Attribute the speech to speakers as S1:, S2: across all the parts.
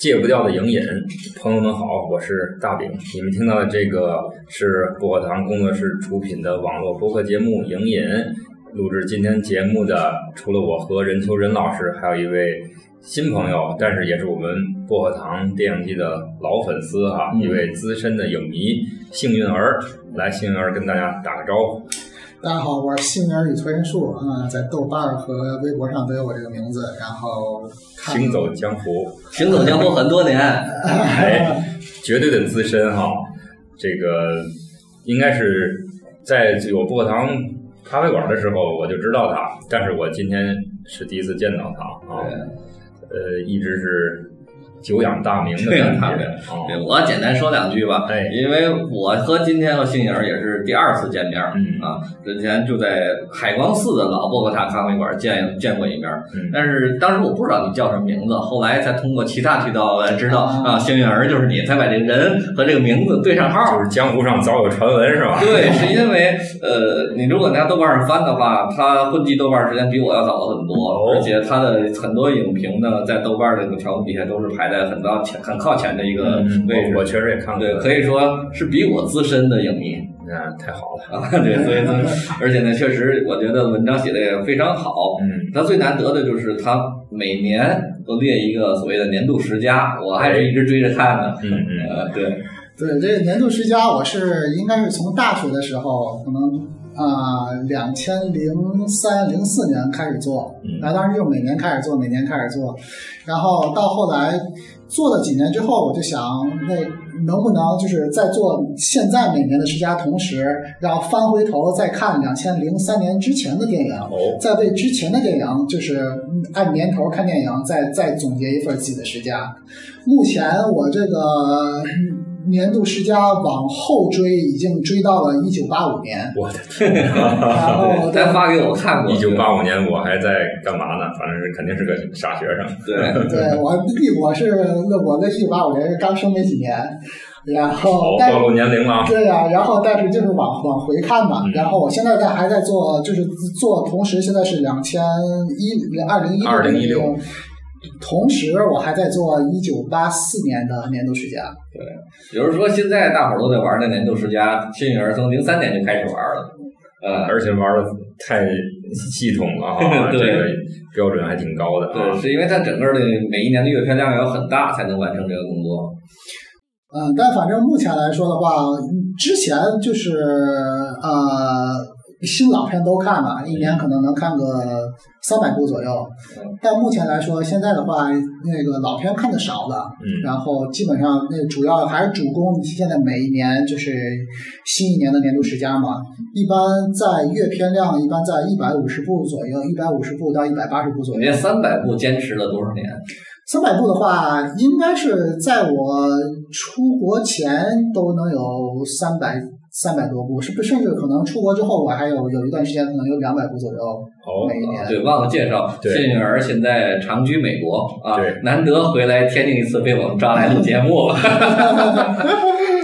S1: 戒不掉的瘾瘾，朋友们好，我是大饼。你们听到的这个是薄荷糖工作室出品的网络播客节目《瘾瘾》。录制今天节目的除了我和任秋仁老师，还有一位新朋友，但是也是我们薄荷糖电影季的老粉丝哈、
S2: 嗯
S1: 一位资深的影迷幸运儿。来，幸运儿跟大家打个招呼。
S2: 大家好，我是杏儿与推人术，啊、在豆瓣儿和微博上都有我这个名字，然后看
S1: 行走江湖，
S3: 行走江湖很多年，
S1: 哎，绝对的资深哈，这个应该是在有薄荷糖咖啡馆的时候我就知道他，但是我今天是第一次见到他啊，呃，一直是久仰大名的感觉
S3: 对
S1: 啊，
S3: 我简单说两句吧，
S1: 哎
S3: 因为我和今天和杏颖儿也是第二次见面儿
S1: 嗯
S3: 啊，之前就在海光寺的老波哥塔咖啡馆见见过一面儿，
S1: 嗯
S3: 但是当时我不知道你叫什么名字，后来才通过其他渠道来知道啊，幸运儿就是你，才把这人和这个名字对上号儿。
S1: 就是江湖上早有传闻是吧？
S3: 对，是因为呃，你如果拿豆瓣上翻的话，他混迹豆瓣时间比我要早了很
S1: 哦
S3: 多，而且他的很多影评呢，在豆瓣的这个条目底下都是排在很到前、很靠前的一个
S1: 嗯，
S3: 位置。
S1: 我我确实也看过，
S3: 对，可以说是比我资深的影迷
S1: 那太好了，
S3: 啊，对，所以呢，而且呢，确实我觉得文章写的也非常好。
S1: 嗯，
S3: 他最难得的就是他每年都列一个所谓的年度十佳，我还是一直追着看的。
S1: 嗯嗯，
S3: 呃，对，
S2: 对这个年度十佳，我是应该是从大学的时候，可能啊两千零三零四年开始做
S1: 嗯，
S2: 然后当时就每年开始做，每年开始做，然后到后来做了几年之后，我就想那能不能就是在做现在每年的十佳同时，然后翻回头再看两千零三年之前的电影。
S1: 哦，。
S2: 再为之前的电影，就是嗯按年头看电影，再再总结一份自己的十佳。目前我这个嗯年度十佳往后追，已经追到了一九八五年
S1: 我的
S2: 然后
S3: 他发给我看过。
S1: 一九八五年我还在干嘛呢？反正是肯定是个傻学生，
S3: 对。
S2: 对我，我是我的一九八五年是刚生没几年，然
S3: 哦
S2: 后
S1: 好
S2: 但
S1: 暴露年龄了啊，
S2: 对呀、然后但是就是往往回看嘛，
S1: 嗯
S2: 然后我现在在还在做，就是做，同时现在是两千一二零一
S1: 2016
S2: 同时我还在做一九八四年的年度十佳，
S3: 比如说，现在大伙儿都在玩那年度十佳，新颖儿从零三年就开始玩了，呃，
S1: 而且玩的太系统了哈，这
S3: 对
S1: 个标准还挺高的
S3: 对，
S1: 啊。
S3: 是因为它整个的每一年的阅片量要很大，才能完成这个工作。
S2: 嗯，但反正目前来说的话，嗯之前就是呃新老片都看了，一年可能能看个三百部左右
S3: 嗯，
S2: 但目前来说，现在的话那个老片看的少了，
S1: 嗯，
S2: 然后基本上那主要还是主攻，现在每一年就是新一年的年度十佳嘛，一般在月片量一般在一百五十部左右，一百五十部到一百八十部左
S3: 你
S2: 右
S3: 这。三百部坚持了多少年？
S2: 三百部的话，应该是在我出国前都能有三百三百多部，是不是甚至可能出国之后，我还有有一段时间可能有两百部左右
S1: 好，
S2: 每一年。
S3: 对，忘了介绍，
S1: 对
S3: 新颖儿现在长居美国啊
S1: 对，
S3: 难得回来天津一次，被我们抓来录节目。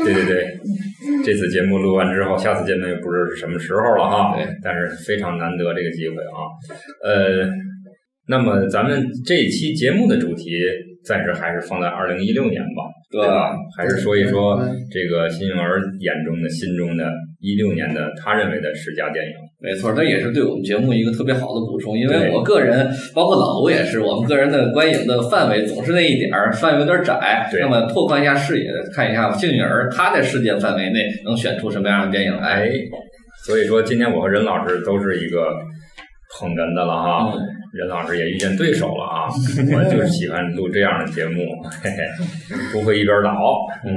S1: 对对对，这次节目录完之后，下次见面也不知道是什么时候了哈
S3: 对，
S1: 但是非常难得这个机会啊。呃，那么咱们这一期节目的主题暂时还是放在二零一六年吧，
S3: 对啊
S1: 吧？还是说一说
S2: 对对
S1: 这个新颖儿眼中的、心中的一六年的他认为的十佳电影。
S3: 没错，这也是对我们节目一个特别好的补充，因
S1: 对
S3: 为我个人，包括老吴也是，我们个人的观影的范围总是那一点儿，范围有点窄。
S1: 对
S3: 那么拓宽一下视野，看一下幸运儿他在世界范围内能选出什么样的电影来
S1: 哎。，所以说今天我和任老师都是一个捧哏的了哈。
S3: 嗯
S1: 任老师也遇见对手了啊！我就是喜欢录这样的节目，嘿嘿，不会一边倒。嗯，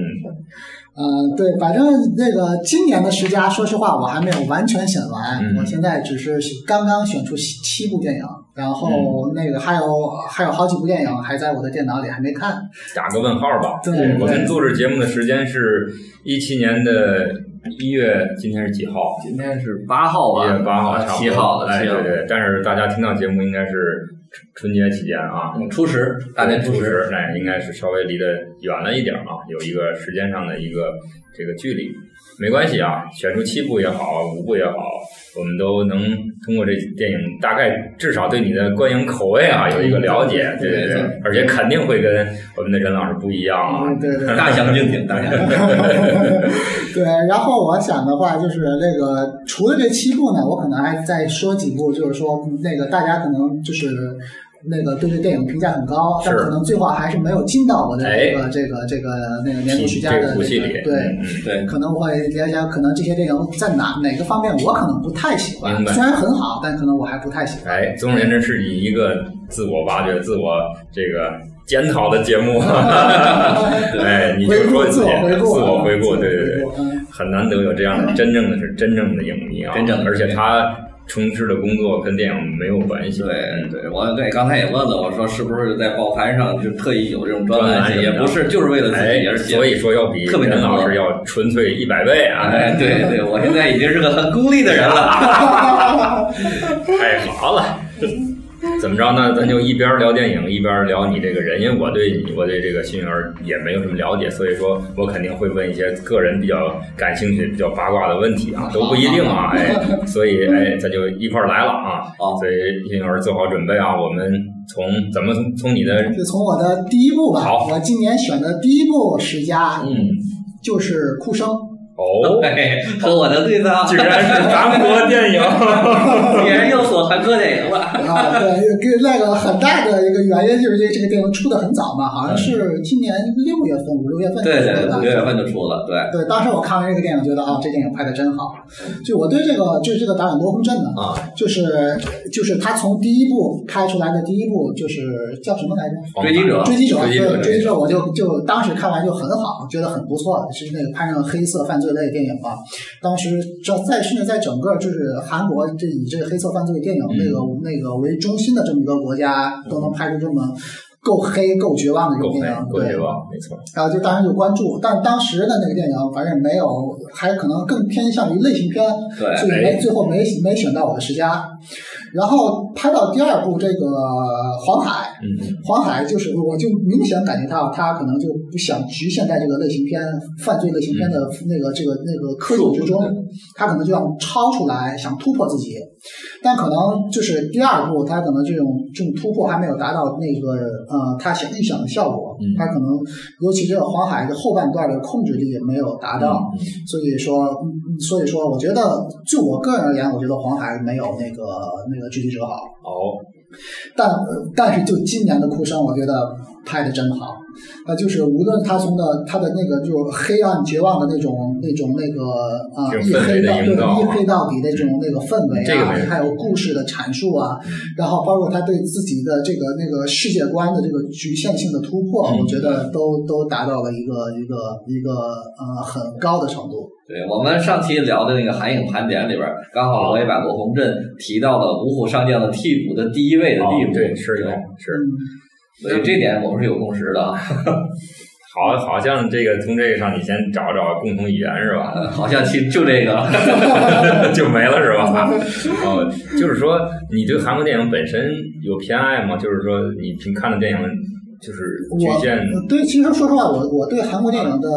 S2: 嗯，对，反正那个今年的十佳，说实话我还没有完全选完，
S1: 嗯
S2: 我现在只是刚刚选出七七部电影，然
S1: 嗯
S2: 后那个还有、还有好几部电影还在我的电脑里还没看。
S1: 打个问号吧。
S2: 对
S1: 我
S2: 对
S1: 们录制节目的时间是一七年的一月，今天是几号？
S3: 今天是八号
S1: 一
S3: 吧？啊
S1: 月八号，差不多
S3: 七号了，
S1: 哎，
S3: 七
S1: 对
S3: 号。
S1: 对，但是大家听到节目应该是春节期间啊，
S3: 嗯初十，大年初
S1: 初
S3: 十，
S1: 十，那应该是稍微离得远了一点儿啊，有一个时间上的一个这个距离。没关系啊，选出七部也好，五部也好，我们都能通过这电影，大概至少对你的观影口味啊有一
S2: 嗯
S1: 个了解，对对
S3: 没
S1: 对
S3: 错，
S1: 而且肯定会跟我们的任老师不一样啊。
S2: 嗯，对 对
S3: 大相径庭，大相径庭。
S2: 对，然后我想的话就是那个，除了这七部呢，我可能还再说几部，就是说那个大家可能就是那个对这电影评价很高，但
S1: 是哎
S2: 可能最后还是没有进到我的这个、这个这个那个年度十佳
S1: 这
S2: 的
S1: 个谱系
S2: 那个
S1: 里，
S2: 对。
S1: 嗯嗯
S3: 对，
S2: 可能会聊一下，可能这些电影在哪哪个方面我可能不太喜欢
S1: 明，白
S2: 虽然很好，但可能我还不太喜欢。
S1: 哎，总而言之，是以一个自我挖掘、自我这个检讨的节 目。 哎，你就
S2: 回顾
S1: 说自己
S2: 自我回顾，
S1: 自我回顾，
S2: 嗯
S1: 对对对，，
S2: 嗯
S1: 很难得有这样的真正的是真正的影迷啊，
S3: 嗯真正的
S1: 而且他从事的工作跟电影没有关系。
S3: 对
S1: 嗯
S3: 对，我对刚才也问了，我说是不是在报刊上就特意有这种专栏
S1: 专栏
S3: 写，也不是，就是为了自己
S1: 哎，
S3: 而写
S1: 所。以说要比
S3: 特别
S1: 任
S3: 难
S1: 老
S3: 得
S1: 师要纯粹一百倍啊！
S3: 哎，对对，我现在已经是个很功利的人了。
S1: 太好了。怎么着呢？咱就一边聊电影，一边聊你这个人，因为我对你，我对这个幸运儿也没有什么了解，所以说我肯定会问一些个人比较感兴趣、比较八卦的问题啊，都不一定啊，哎，所以哎，咱就一块儿来了啊，
S3: 好
S1: 所以幸运儿做好准备啊，我们从咱们从从你
S3: 嗯
S1: 的
S2: 就从我的第一部吧
S1: 好，
S2: 我今年选的第一部十佳
S3: 嗯，
S2: 就是《哭声》。
S1: 哦，
S3: 哎，和我的对照，
S1: 居然是韩国电影，
S3: 竟然又锁韩国电影了。
S2: 啊，对，跟那个很大的一个原因就是这这个电影出的很早嘛，好像是今年六月份、五六月份
S3: 对
S2: 出的
S3: 对，
S2: 吧
S3: 五六月份就出了，对
S2: 对，当时我看完这个电影，觉得啊，这电影拍的真好。就我对这个，就是这个导演罗洪镇呢，
S3: 啊，
S2: 就是就是他从第一部拍出来的第一部，就是叫什么来着？
S3: 追击者
S2: 追击者，
S1: 追击者
S2: 对，追击者，我就就当时看完就很好，觉得很不错，是那个拍上黑色犯罪类电影嘛。当时这在甚至在整个就是韩国这以这个黑色犯罪电影那个、
S1: 嗯
S2: 那个为中心的这么一个国家，都能拍出这么够黑够绝望的一
S1: 够
S2: 个
S1: 黑
S2: 电影，
S1: 够
S2: 对
S1: 黑吧，没错，
S2: 然啊后就当然就关注，但当时的那个电影反正没有，还可能更偏向于类型片，
S3: 对
S2: 所以没最后没没选到我的十佳。然后拍到第二部这个黄海，
S1: 嗯，
S2: 黄海就是我就明显感觉到他可能就不想局限在这个类型片、犯罪类型片的
S1: 嗯
S2: 那个、这个那个科技之中，他可能就要超出来，想突破自己。但可能就是第二部，他可能这种这种突破还没有达到那个呃他想预想的效果，
S1: 嗯
S2: 他可能尤其这个黄海的后半段的控制力没有达到，
S1: 嗯
S2: 所以说，嗯嗯所以说，我觉得就我个人而言，我觉得黄海没有那个那个狙击者好。
S1: 哦，
S2: 但呃但是就今年的哭声，我觉得拍的真好。呃，就是无论他从的他的那个就是黑暗绝望的那种那种那个啊，
S1: 这种
S2: 一
S1: 氛围
S2: 黑
S1: 的营造
S2: 到
S1: 啊
S2: 对一黑到底的这种那个氛围啊，
S1: 这个没嗯
S2: 还有故事的阐述啊，然后包括他对自己的这个那个世界观的这个局限性的突破，
S1: 嗯
S2: 我觉得都都达到了一个一个一个呃很高的程度。
S3: 对，我们上期聊的那个韩影盘点里边儿，刚好我也把罗洪镇提到了五虎上将的替补的第一位的
S1: 哦
S3: 地步，
S1: 对，是有是。
S2: 嗯，
S3: 所以这点我们是有共识的。啊
S1: 好，好像这个从这个上你先找找共同语言是吧？
S3: 呃好像其就这个，
S1: 就没了是 吧？哦，就是说你对韩国电影本身有偏爱吗？就是说你平看的电影就是局限
S2: 我呃对，其实说实话，我我对韩国电影的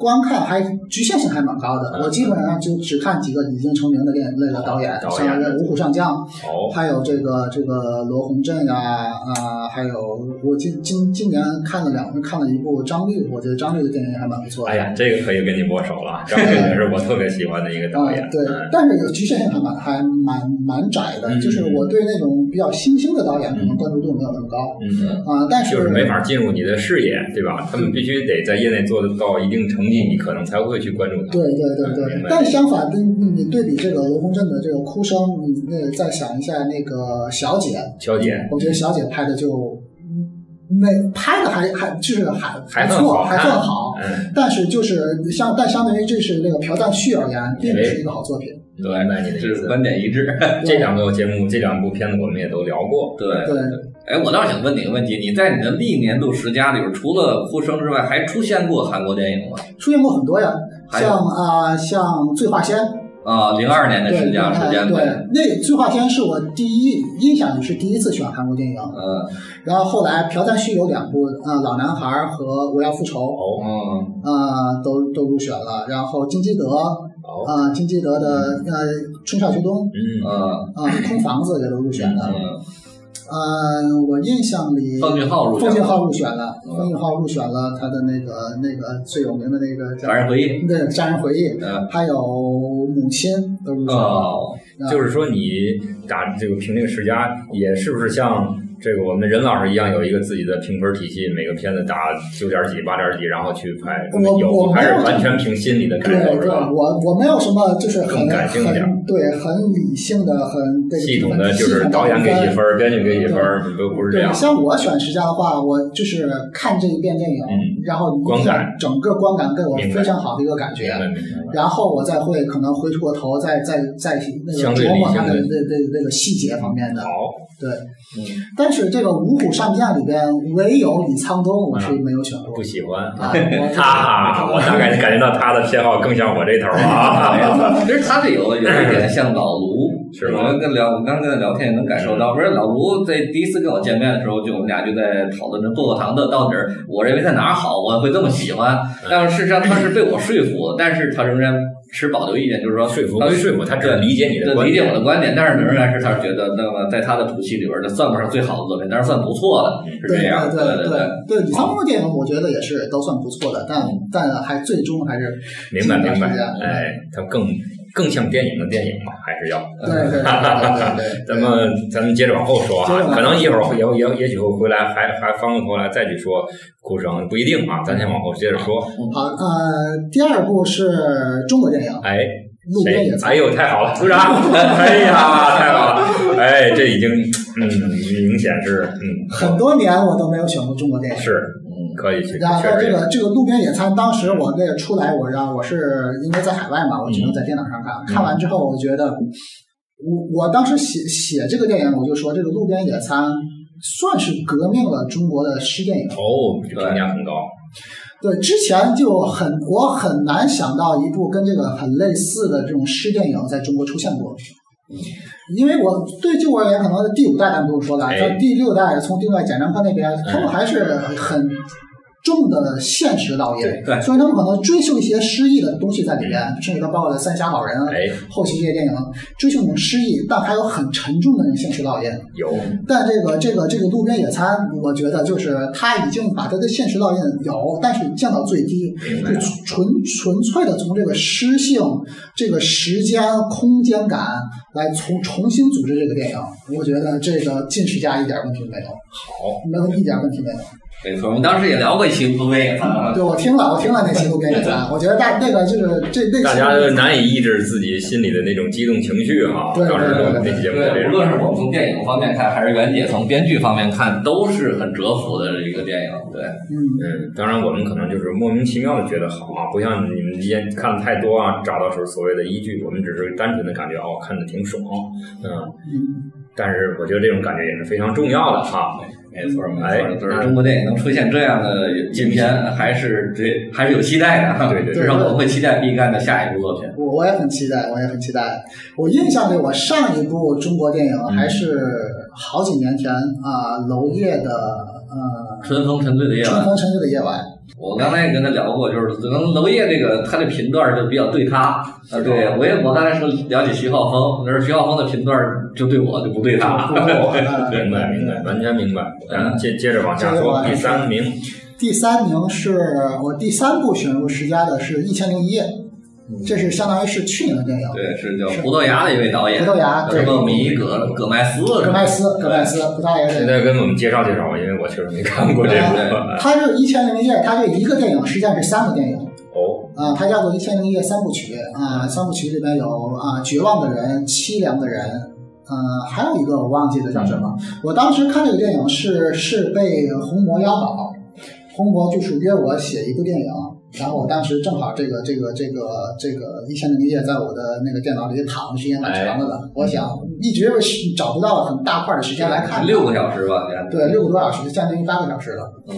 S2: 观看还局限性还蛮高的。
S1: 嗯哦
S2: 我基本上就只看几个已经成名的电那个导演，
S1: 导演
S2: 像那个五虎上将，
S1: 哦，
S2: 还有这个这个罗洪镇呀啊、还有我今今今年看了两看了一部张律，我觉得张律的电影还蛮不错的。
S1: 哎呀，这个可以跟你握手了，张律也是我特别喜欢的一个导
S2: 啊、
S1: 演。
S2: 对，但是有局限性还蛮还蛮蛮窄的，
S1: 嗯
S2: 就是我对那种比较新兴的导演可能关注度没有那么高
S1: 嗯，
S2: 啊、但是
S1: 就是没法进入你的视野，对吧？他们必须得在业内做得到一定成绩，你可能才会去关注他。
S2: 对对对
S1: 明
S2: 对，
S1: 白
S2: 但相反，你你对比这个罗洪镇的这个哭声，你那再想一下那个小姐，
S1: 小姐，
S2: 我觉得小姐拍的就嗯那拍的还还就是还
S1: 还
S2: 不
S1: 算好
S2: 错，还
S1: 看
S2: 算好。
S1: 嗯，
S2: 但是就是相，但相对于这是那个朴赞旭而言，并不是一个好作品。
S1: 明白你的
S3: 这
S1: 意
S3: 是
S1: 思。
S3: 观点一致。
S1: 这两个节目，这两部片子我们也都聊过。
S3: 对，
S2: 对，
S3: 哎，我倒是想问你一个问题，你在你的历年度十佳里边，除了《哭声》之外，还出现过韩国电影吗？
S2: 出现过很多呀，
S3: 还有
S2: 像啊、像《醉话仙》
S3: 啊，零二年的
S2: 对，
S3: 十佳时间
S2: 对
S3: 呗。，
S2: 那《醉话天》是我第一印象里是第一次喜欢韩国电影，
S3: 嗯
S2: 然后后来《朴赞旭》有两部，呃，《老男孩》和《我要复仇》，
S3: 哦
S2: 呃，都都入选了。然后金基德，
S1: 好，
S2: 呃，金基德的呃《春夏秋冬
S1: 嗯，
S3: 嗯》
S2: 啊，《空房子》也都入选了。
S3: 嗯，
S2: 呃，我印象里，
S3: 奉俊昊入
S2: 奉
S3: 选
S2: 俊
S3: 了，
S2: 昊入选了，
S3: 嗯
S2: 奉俊昊入选了他的那个那个最有名的那个叫
S3: 凡人回忆。
S2: 对《杀人回忆》，
S3: 嗯
S2: 还有母亲都入选了。
S3: 哦，
S2: 嗯
S1: 就是说你打这个评这个十佳，也是不是像这个我们任老师一样，有一个自己的评分体系，每个片子打九点几、八点几，然后去排？
S2: 我我
S1: 有
S2: 没有
S1: 还是完全凭心里的
S2: 对
S1: 感受是
S2: 对，
S1: 吧？
S2: 我我没有什么就是很
S1: 更感性一点
S2: 很对很理性的很这个
S1: 系统的
S2: 系
S1: 就
S2: 统
S1: 是导演给
S2: 评
S1: 几
S2: 分
S1: 分，编剧给几分，不不是这
S2: 对，
S1: 样。
S2: 像我选十佳的话，我就是看这一遍电影，
S1: 嗯
S2: 然后
S1: 观
S2: 影响
S1: 感
S2: 整个观感给我
S1: 明白
S2: 非常好的一个感
S1: 明
S2: 觉
S1: 白。明白。
S2: 然后我再会可能回过头再再再那
S1: 相
S2: 个
S1: 对理
S2: 琢磨它
S1: 性
S2: 的
S1: 的
S2: 那那那个细节方面的，
S1: 好，
S2: 对。
S3: 嗯
S2: 但是这个五虎上将里边，唯有李沧东我是没有选过
S1: 嗯不喜欢。
S2: 啊，我嗯
S1: 哈，我大概 感觉到他的偏好更像我这头啊。
S3: 其实他这有有一点像老卢，
S1: 是吗
S3: 我跟聊，我刚跟他聊天也能感受到，不是老卢在第一次跟我见面的时候，就我们俩就在讨论这薄荷糖的到底儿，我认为它哪儿好，我会这么喜欢。但是事实上他是被我说服，但是他仍然持保留意见，就是说
S1: 说服归说服，他只是理解你的
S3: 对，
S1: 观
S3: 理解
S1: 点。
S3: 我的观点，但是仍然是他是觉得，那么在他的谱系里边儿，这算不上最好的作品，但是算不错的，是
S2: 对
S3: 这样。
S2: 对
S3: 对对，
S2: 对，李沧东的电影我觉得也是都算不错的，但但还最终还是
S1: 明白明白
S2: 这样，
S1: 哎，它更更像电影的电影嘛，还是要。
S2: 对对对对对对，
S1: 嗯 咱们咱们接着往后说
S2: 接着往
S1: 啊，
S2: 后
S1: 可能一会儿也也也许会回来还还翻过头来再去说顾城，不一定啊，咱先往后接着说。
S2: 好呃，第二部是中国电影《
S1: 哎，
S2: 路边
S1: 谁
S2: 野？餐
S1: 哎呦，太好 了，鼓掌！哎呀，太好了！哎，这已经嗯，明显是》，嗯
S2: 很多年我都没有选过中国电影。
S1: 是
S3: 嗯
S1: 可以去，
S2: 然后
S1: 确
S2: 这
S1: 实也
S2: 个这个路边野餐，当时我那个出来，我让我是因为在海外嘛，我只
S1: 嗯
S2: 能在电脑上看。看完之后，我觉得我我当时写写这个电影，我就说这个路边野餐算是革命了中国的诗电影。
S1: 哦，这评价很高，
S2: 对，之前就很我很难想到一部跟这个很类似的这种诗电影在中国出现过。因为我对就我而言，可能第五代咱不用说了，
S1: 哎
S2: 咱第六代从另外贾樟柯那边，他们还是很重的现实导演，
S3: 对对
S2: 所以他们可能追求一些诗意的东西在里边，甚至到包括《三峡好人》
S1: 哎，
S2: 后期这些电影，追求那种诗意，但还有很沉重的那种现实导演。
S1: 有
S2: 但这个这个这个路边野餐，我觉得就是他已经把他的现实烙印有，但是降到最低，
S1: 明白
S2: 就纯纯粹的从这个诗性、这个时间、空间感来重重新组织这个电影。我觉得这个近十佳一点问题没有，
S1: 好，
S2: 没有一点问题没有。
S3: 没错，我们当时也聊过一期路边野餐啊，
S2: 对我听了，我听了那期路边野 餐，我觉得大那个就是这那期
S1: 大家都难以抑制自己心里的那种激动情绪哈。
S2: 对
S1: 当
S2: 对
S1: 时
S2: 对对
S1: 那期节目
S3: 对，
S1: 这
S3: 无论是我们从电影方面看，还是袁姐从编剧方面看，都是很折服的一个电影。对，
S2: 嗯，
S1: 嗯，当然我们可能就是莫名其妙的觉得好啊，不像你们之前看的太多啊，找到所所谓的依据，我们只是单纯的感觉哦，看的挺爽，嗯，
S2: 嗯
S1: 但是我觉得这种感觉也是非常重要的哈。
S3: 没错，没
S1: 哎
S3: 错，就是中国电影能出现这样的影片，还是对，还是有期待的。
S1: 对对
S2: 对
S3: 至少我们会期待毕赣的下一部作品。
S2: 我我也很期待，我也很期待。我印象里，我上一部中国电影还是好几年前啊、娄烨的呃
S3: 春风沉醉的夜
S2: 《
S3: 晚
S2: 春》，风沉醉的夜晚》。
S3: 我刚才也跟他聊过，就是可能娄烨这个他的频段就比较对他啊，对我也我刚才说了解徐浩峰，但是徐浩峰的频段就对我就不对他。
S2: 呃
S1: 明白，明白，完全明
S3: 嗯
S1: 白。咱接接着往下
S2: 接着
S1: 说，
S2: 往下
S1: 第三名，
S2: 第三名是我第三部选入十佳的是《一千零一夜》，这是相当于是去年的电影。
S3: 对，是叫葡萄牙的一位导演，
S2: 葡萄牙
S3: 叫什
S2: 对
S3: 么米格葛麦斯，
S2: 葛麦斯，葛麦斯，葡萄牙
S1: 现
S2: 人。
S1: 在跟我们介绍介绍吧，因为我确实没看过这
S3: 嗯
S1: 部。
S3: 对
S2: 他这《一千零一夜》，他这一个电影实际上是三个电影。
S1: 哦，
S2: 啊，它叫做《一千零一夜》三部曲啊，三部曲里边有啊《绝望的人》《凄凉的人》，呃，还有一个我忘记了叫什
S1: 嗯
S2: 么。我当时看这个电影是是被红魔邀稿，红魔就是约我写一部电影，然后我当时正好这个这个这个这个《一千零一夜》在我的那个电脑里躺的时间蛮长的
S1: 哎
S2: 了，我想一直是找不
S1: 嗯
S2: 到很大块的时间来看它。
S3: 六个小时吧，你看，
S2: 对，六个多小时，将近八个小时了。
S3: 嗯，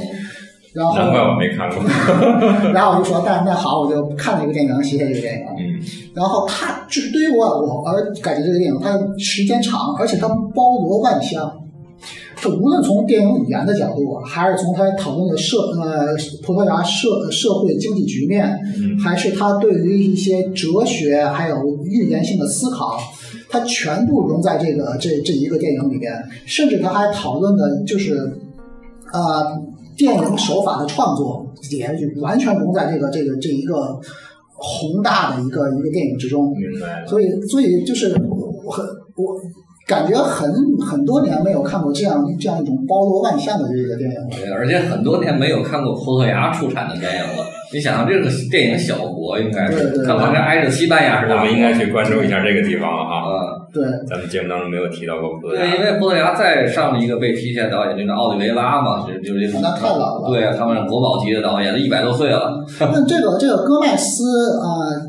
S2: 然后
S1: 难怪我没看过。
S2: 然后我就说，但那好，我就看了一个电影，写了一个电影。
S1: 嗯
S2: 然后它就是对于我我而感觉这个电影，它时间长，而且它包罗万象。它无论从电影语言的角度，还是从它讨论的社呃葡萄牙社社会经济局面，
S1: 嗯
S2: 还是它对于一些哲学还有预言性的思考，它全部融在这个这这一个电影里边，甚至它还讨论的就是，呃，电影手法的创作也完全融在这个这个这一个宏大的一个一个电影之中。
S1: 明白了。
S2: 所以，所以就是我很我感觉很很多年没有看过这样这样一种包罗万象的这个电影了。
S3: 对而且很多年没有看过葡萄牙出产的电影了。你想想，这个电影小国应该
S2: 对
S3: 是，
S2: 对
S3: 它好像挨着西班牙是
S1: 我
S3: 吧？
S1: 们应该去关注一下这个地方了哈。
S3: 呃，
S2: 对，
S1: 咱们节目当中没有提到过葡萄
S3: 对，因
S1: 牙，
S3: 为葡萄牙再上一个被提前导演，就那奥利维拉嘛，就是就是这种
S2: 那太老了
S3: 对啊，他们是国宝级的导演，一百多岁了。
S2: 那这个这个戈麦斯啊、呃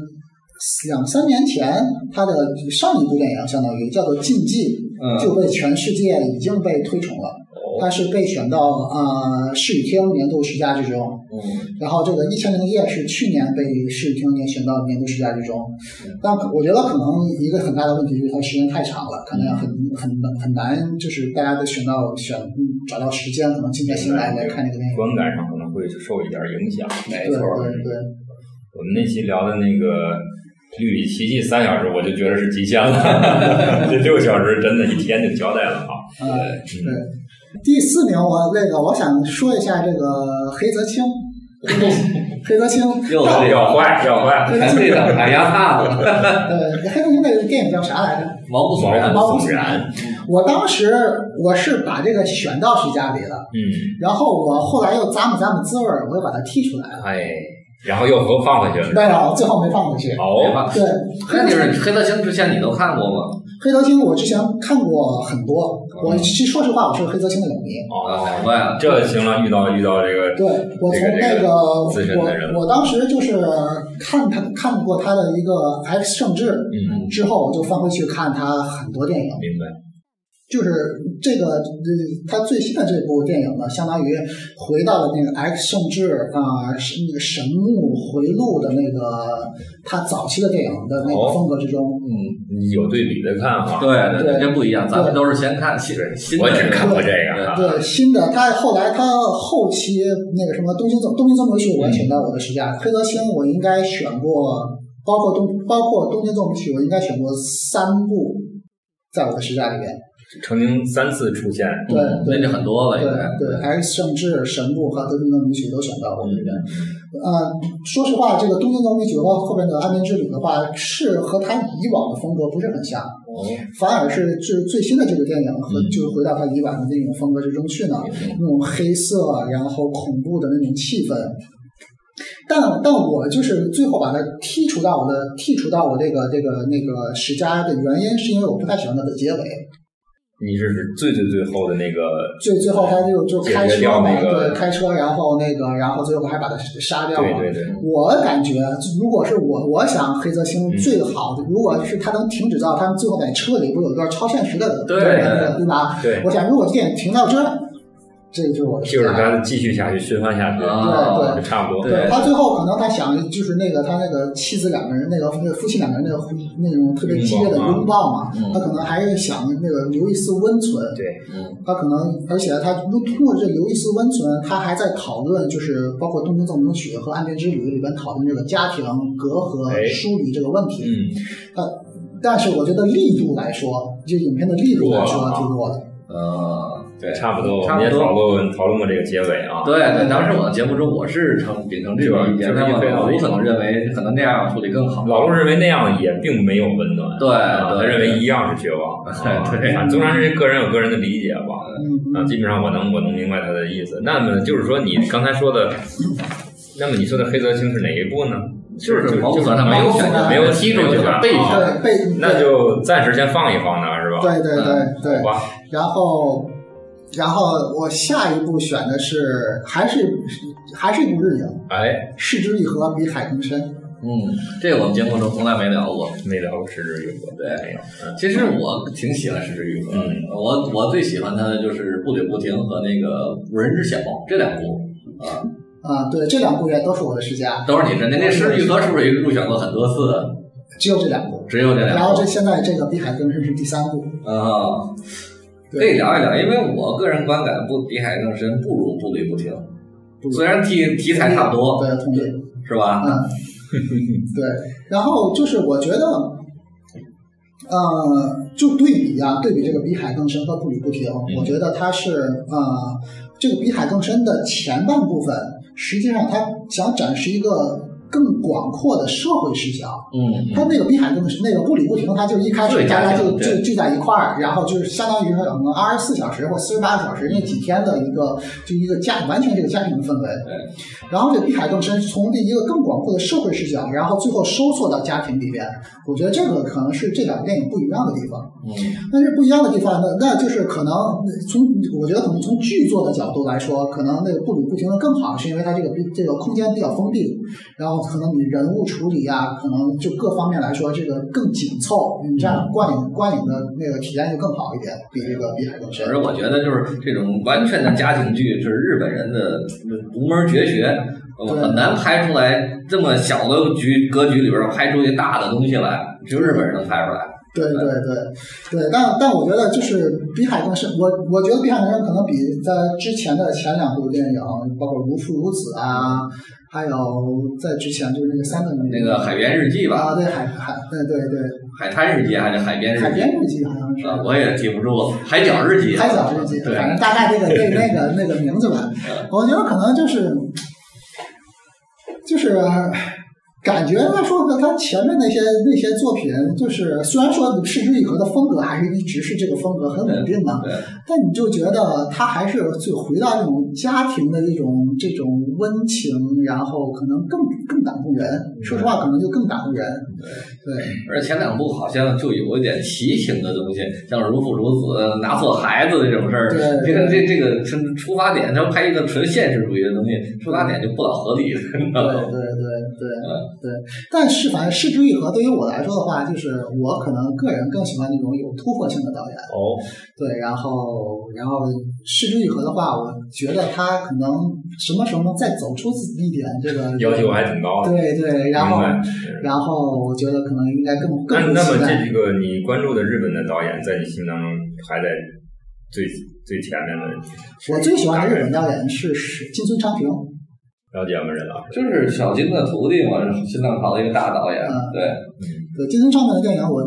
S2: 两三年前他的上一部电影啊相当于叫做《禁忌》，
S3: 嗯，
S2: 就被全世界已经被推崇了。
S1: 哦
S2: 他是被选到啊、呃、视与厅年度十佳之中，
S3: 嗯
S2: 然后这个《一千零一夜》是去年被视听年选到年度十佳之中，
S3: 嗯
S2: 但我觉得可能一个很大的问题就是它时间太长了，可能很
S3: 嗯
S2: 很很难，就是大家都选到选嗯找到时间，可能静下心来来看这个电影。
S1: 观感上可能会受一点影响。
S3: 没
S2: 对
S3: 错儿。
S2: 对对，
S1: 我们那期聊的那个《绿里奇迹》三小时，我就觉得是极限 了，这六小时真的一天就交代了哈。
S2: 呃，
S1: 嗯，
S2: 第四名我那个我想说一下这个黑泽 清，黑泽清，
S3: 又是这
S1: 要
S3: 个，
S1: 坏要坏，
S3: 还对上海牙大了，
S2: 呃，黑泽清那个电影叫啥来着？
S3: 毛骨悚然。
S1: 毛骨悚然。
S2: 我当时我是把这个选到十佳里了，
S1: 嗯，
S2: 然后我后来又咂摸咂摸滋味儿，我又把它剔出来了。
S1: 哎，然后又放回去了。
S2: 没有，最后没放回去。
S1: 哦，
S2: 对，
S3: 啊那就是黑泽清之前你都看过吗？
S2: 黑泽清我之前看过很多，
S3: 嗯
S2: 我其实说实话，我是黑泽清的影迷。
S3: 啊，
S1: 哦，
S3: 难怪啊。
S1: 这行了，遇到遇到这个，
S2: 对，我从那
S1: 这个这资
S2: 个
S1: 深的人
S2: 我我当时就是看他看过他的一个《X 圣治》，
S1: 嗯，
S2: 之后我就翻回去看他很多电影，
S1: 明白。
S2: 就是这个呃，他最新的这部电影呢，相当于回到了那个 X 圣治啊，是那个神木回路的那个他早期的电影的那
S1: 哦
S2: 个风格之中。
S3: 嗯，
S1: 你有对比的看啊法？
S3: 对对对，
S2: 对
S3: 这不一样，咱们都是先看新新的。
S1: 我只看过这个哈。
S2: 对，新的他后来他后期那个什么东京增东京增美曲，我也选到我的十佳。黑泽清我应该选过，包括东包括东京增美曲，我应该选过三部，在我的十佳里边。
S1: 曾经三次出现。
S2: 对
S3: 嗯
S2: 对
S3: 那就很多了，
S2: 对
S3: 应该。
S2: 对，X 圣治、神部和东京增美曲都选到我们这边。呃，说实话，这个东京增美曲和后边的安眠之旅的话，是和他以往的风格不是很像，
S1: 哦，
S2: 反而是最最新的这个电影和
S1: 嗯
S2: 就是回到他以往的那种风格之中去呢。那种黑色，啊然后恐怖的那种气氛。但但我就是最后把它剔除到我的剔除到我这个这个那个十佳的原因，是因为我不太喜欢它的结尾。
S1: 你这是最最最后的那个，
S2: 最最后他就就
S1: 解决
S2: 开车
S1: 掉
S2: 嘛，
S1: 那个
S2: 对，开车，然后那个，然后最后还把他杀掉
S1: 对
S2: 嘛。
S1: 对对，
S2: 我感觉，如果是我，我想黑泽清
S1: 嗯
S2: 最好的，如果是他能停止到他们最后在车里不是有一段超现实的
S3: 对
S2: 对对吧？
S1: 对，
S2: 我想，如果电影停到这儿，这个就是我的十
S1: 就是
S2: 佳
S1: 咱继续下去，循环下去，
S3: 啊
S1: 就差不多。
S3: 对
S2: 他最后可能他想就是那个他那个妻子两个人那个那个夫妻两个人那个那种特别激烈的拥抱嘛，
S3: 嗯
S1: 啊
S2: 他可能还是想那个留一丝温存，
S1: 对，
S3: 嗯，
S2: 他可能而且他通过这留一丝温存，他还在讨论就是包括《东京纵容曲》和《岸边之旅》里边讨论这个家庭隔
S1: 哎
S2: 阂、疏离这个问题。
S1: 嗯，
S2: 但是我觉得力度来说，就影片的力度来
S1: 弱
S2: 说
S1: 了啊
S2: 挺弱的。
S3: 呃，对。
S1: 差不多，我
S3: 差
S1: 们
S3: 不
S1: 也
S3: 多
S1: 讨论讨论过这个结尾啊。
S3: 对对，当时我的节目中我是承秉承这种意见，
S1: 对
S3: 但
S1: 就是一
S3: 我
S1: 非
S3: 我可能认为可能那样处理更好。
S1: 老陆认为那样也并没有温暖，
S3: 对
S1: 啊他
S3: 对
S1: 认为一样是绝望。啊
S3: 对
S1: 反正当然是个人有个人的理解吧。啊，
S2: 嗯，
S1: 基本上我能我能明白他的意思。那么就是说，你刚才说的，那么你说的黑泽清是哪一部呢？就是
S3: 就是毛
S1: 就
S3: 骨
S1: 是
S3: 悚然，他没有选择，
S1: 没有
S3: 踢出去了，被选。
S2: 啊对被
S1: 那就暂时先放一放呢，是吧？
S2: 对对对对
S1: 好。吧，
S2: 然后，然后我下一步选的是还是还是一部日影，
S1: 哎，
S2: 《视之愈合》比海更深。
S3: 嗯，这个我们节目中从来没聊过。
S1: 没聊过失之愈合，没有，嗯
S3: 其实我挺喜欢《失之愈合》，
S1: 嗯
S3: 我我最喜欢他的就是《步履不停》和那个《无人知晓》这两部。
S2: 啊，对，这两部也都是我的世家，
S3: 都是你这那那是玉哥是不是也入选过很多次？
S2: 只有这两部。
S3: 只有这两
S2: 然
S3: 个
S2: 后这现在这个《碧海更深》是第三部，
S3: 啊，可以
S2: 对，
S3: 聊一聊，因为我个人观感不比海更深，不如步履不停
S2: 不。如
S3: 虽然题题材差不多，啊
S2: 对，同意。
S3: 是吧？
S2: 嗯，对。然后就是我觉得，呃，就对比啊，对比这个《比海更深》和《步履不停》，我觉得它是呃，这个《比海更深》的前半部分，实际上它想展示一个更广阔的社会视角。
S3: 嗯，
S2: 它那个《比海更深》那个《步履不停》，它就一开
S3: 对
S2: 始大家就
S3: 对
S2: 就聚在一块儿，然后就是相当于可能二十四小时或四十八小时那几天的一个就一个家完全这个家庭的氛围。
S3: 对，
S2: 然后这碧海更深，从这一个更广阔的社会视角，然后最后收缩到家庭里边，我觉得这个可能是这两个电影不一样的地方。
S3: 嗯，
S2: 但是不一样的地方呢，那就是可能从我觉得可能从剧作的角度来说，可能那个步履不停的更好，是因为它这个这个空间比较封闭，然后可能你人物处理啊，可能就各方面来说这个更紧凑，你这样嗯
S3: 嗯
S2: 观影观影的那个体验就更好一点，比这个碧海更深
S3: 其。实我觉得就是这种完全的家庭剧，是日本人的独门绝学，呃
S2: 对
S3: 很难拍出来这么小的局格局里边拍出一大的东西来，只有日本人能拍出来。
S2: 对对对对，但但我觉得就是《比海更深》，我我觉得《比海更深》可能比在之前的前两部电影，包括《如父如子》啊，还有在之前就是那个三个女
S3: 那个海边日记吧，
S2: 啊，对海海对对对，
S3: 海滩日记还是海边日
S2: 海
S3: 记
S2: 边日记好像是。
S3: 哎啊，我也记不住，海角日记，
S2: 海角日记，
S3: 对，
S2: 反正大概那个那那个那个名字吧，我觉得可能就是就是感觉他说和他前面那些那些作品，就是虽然说嗤之以恒的风格还是一直是这个风格很稳定嘛，
S3: 对。
S2: 但你就觉得他还是就回到这种家庭的这种这种温情，然后可能更更打动人。说实话，可能就更打动人。对
S3: 而前两部好像就有一点奇情的东西，像如父如子、拿错孩子这种事儿，
S2: 对
S3: 这个这这个出出发点，他拍一个纯现实主义的东西，出发点就不老合理。
S2: 对对对对
S1: 嗯
S2: 对。但是反正失之愈合，对于我来说的话，就是我可能个人更喜欢那种有突破性的导演。
S1: 哦，
S2: 对，然后然后失之愈合的话，我觉得他可能什么时候能再走出自己一点这个
S1: 要求还挺高的。
S2: 对对，然后
S1: 明白。
S2: 然后我觉得可能应该更更
S1: 那
S2: 会
S1: 那么
S2: 期待
S1: 这个你关注的日本的导演，在你心当中排在最最前面的，
S2: 我最喜欢的日本导演是是金村昌平，
S1: 了解我们任老师。
S3: 就是小金的徒弟嘛，新浪潮的一个大导演，
S2: 嗯
S3: 对，
S2: 对金村昌平的电影我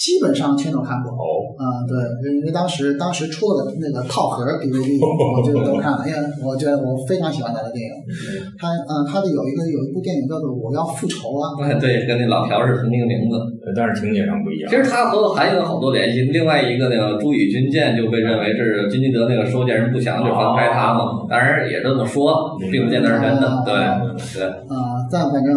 S2: 基本上全都看过。
S1: 哦，
S2: 嗯，对，因为当时当时出了那个套盒 DVD，我就都看了，因为我觉得我非常喜欢他的电影。他嗯，他的有一个有一部电影叫做《我要复仇》啊，
S3: 对，跟那老朴是同一个名字。
S1: 呃但是情节上不一样
S3: 其。实他和韩影好多联系，另外一个那个朱宇军舰就被认为是金基德那个收件人不详，就翻拍他嘛，当然也这么说，并不见得是真的，
S2: 哦嗯
S3: 对对。
S2: 啊、但反正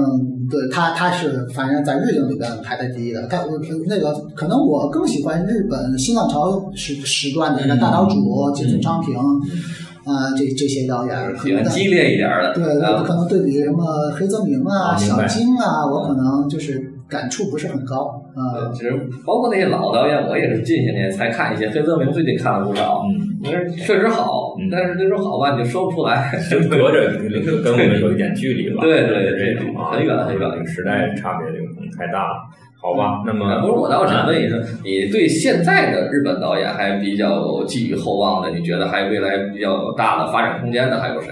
S2: 对他，他是反正在日影里边排在第一的。他我那个可能我更喜欢日本新浪潮时时段的那个大岛主
S1: 嗯
S2: 金村昌平，啊、这这些导演，可
S3: 喜
S2: 能
S3: 欢激烈一点儿的，
S2: 对，我
S3: 啊
S2: 可能对比什么黑泽明啊、
S1: 啊明
S2: 小
S1: 白
S2: 金啊，我可能就是感触不是很高啊。
S3: 其实呃包括那些老导演，我也是近些年才看一些。黑泽明最近看了不少，
S1: 嗯，
S3: 但是确实好，
S1: 嗯
S3: 但是这种好吧，你就说不出来。
S1: 就隔着跟我们有一点距离吧。
S3: 对对对
S1: 这种啊，
S3: 很远很远
S1: 这个时代差别就可能太大了。好吧，那
S3: 啊不是
S1: 么
S3: 我倒想问一声，你对现在的日本导演还比较寄予厚望的，你觉得还未来比较有大的发展空间的还有谁？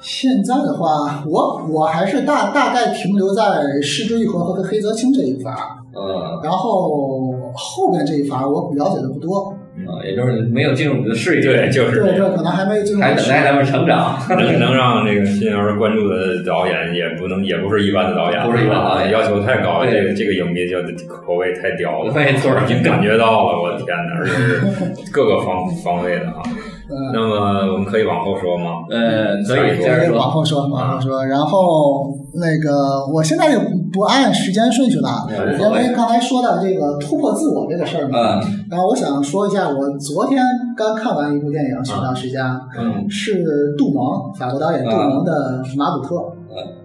S2: 现在的话，我我还是大大概停留在呃失之愈合和黑泽清这一伐儿，
S3: 嗯。
S2: 然后后边这一伐儿我了解的不多。
S3: 啊，也就是没有进入你的视野，
S1: 嗯对，就
S2: 对
S1: 是
S2: 对，可能还没有进入
S3: 还等待他们成长。
S1: 能能让这个新老师关注的导演，也不能也不是一般的导演，
S3: 不是一般导演
S1: 要求太高了。
S3: 对
S1: 这个这个影迷就口味太刁了，
S3: 没错
S1: 已经感觉到了，我的天哪，而且是各个方方位的啊。
S2: 嗯
S1: 那么我们可以往后说吗？
S3: 呃，所以接
S1: 接
S3: 着
S2: 对，往
S3: 说，
S2: 后说，往后
S3: 啊
S2: 说。然后那个，我现在就不按时间顺序了，
S3: 嗯无
S2: 因
S3: 所谓
S2: 为刚才说到这个突破自我这个事儿嘛，
S3: 嗯
S2: 然后我想说一下，我昨天刚看完一部电影《寻找世家
S3: 嗯》，，
S2: 是杜蒙，法国导演杜蒙的《马古特》。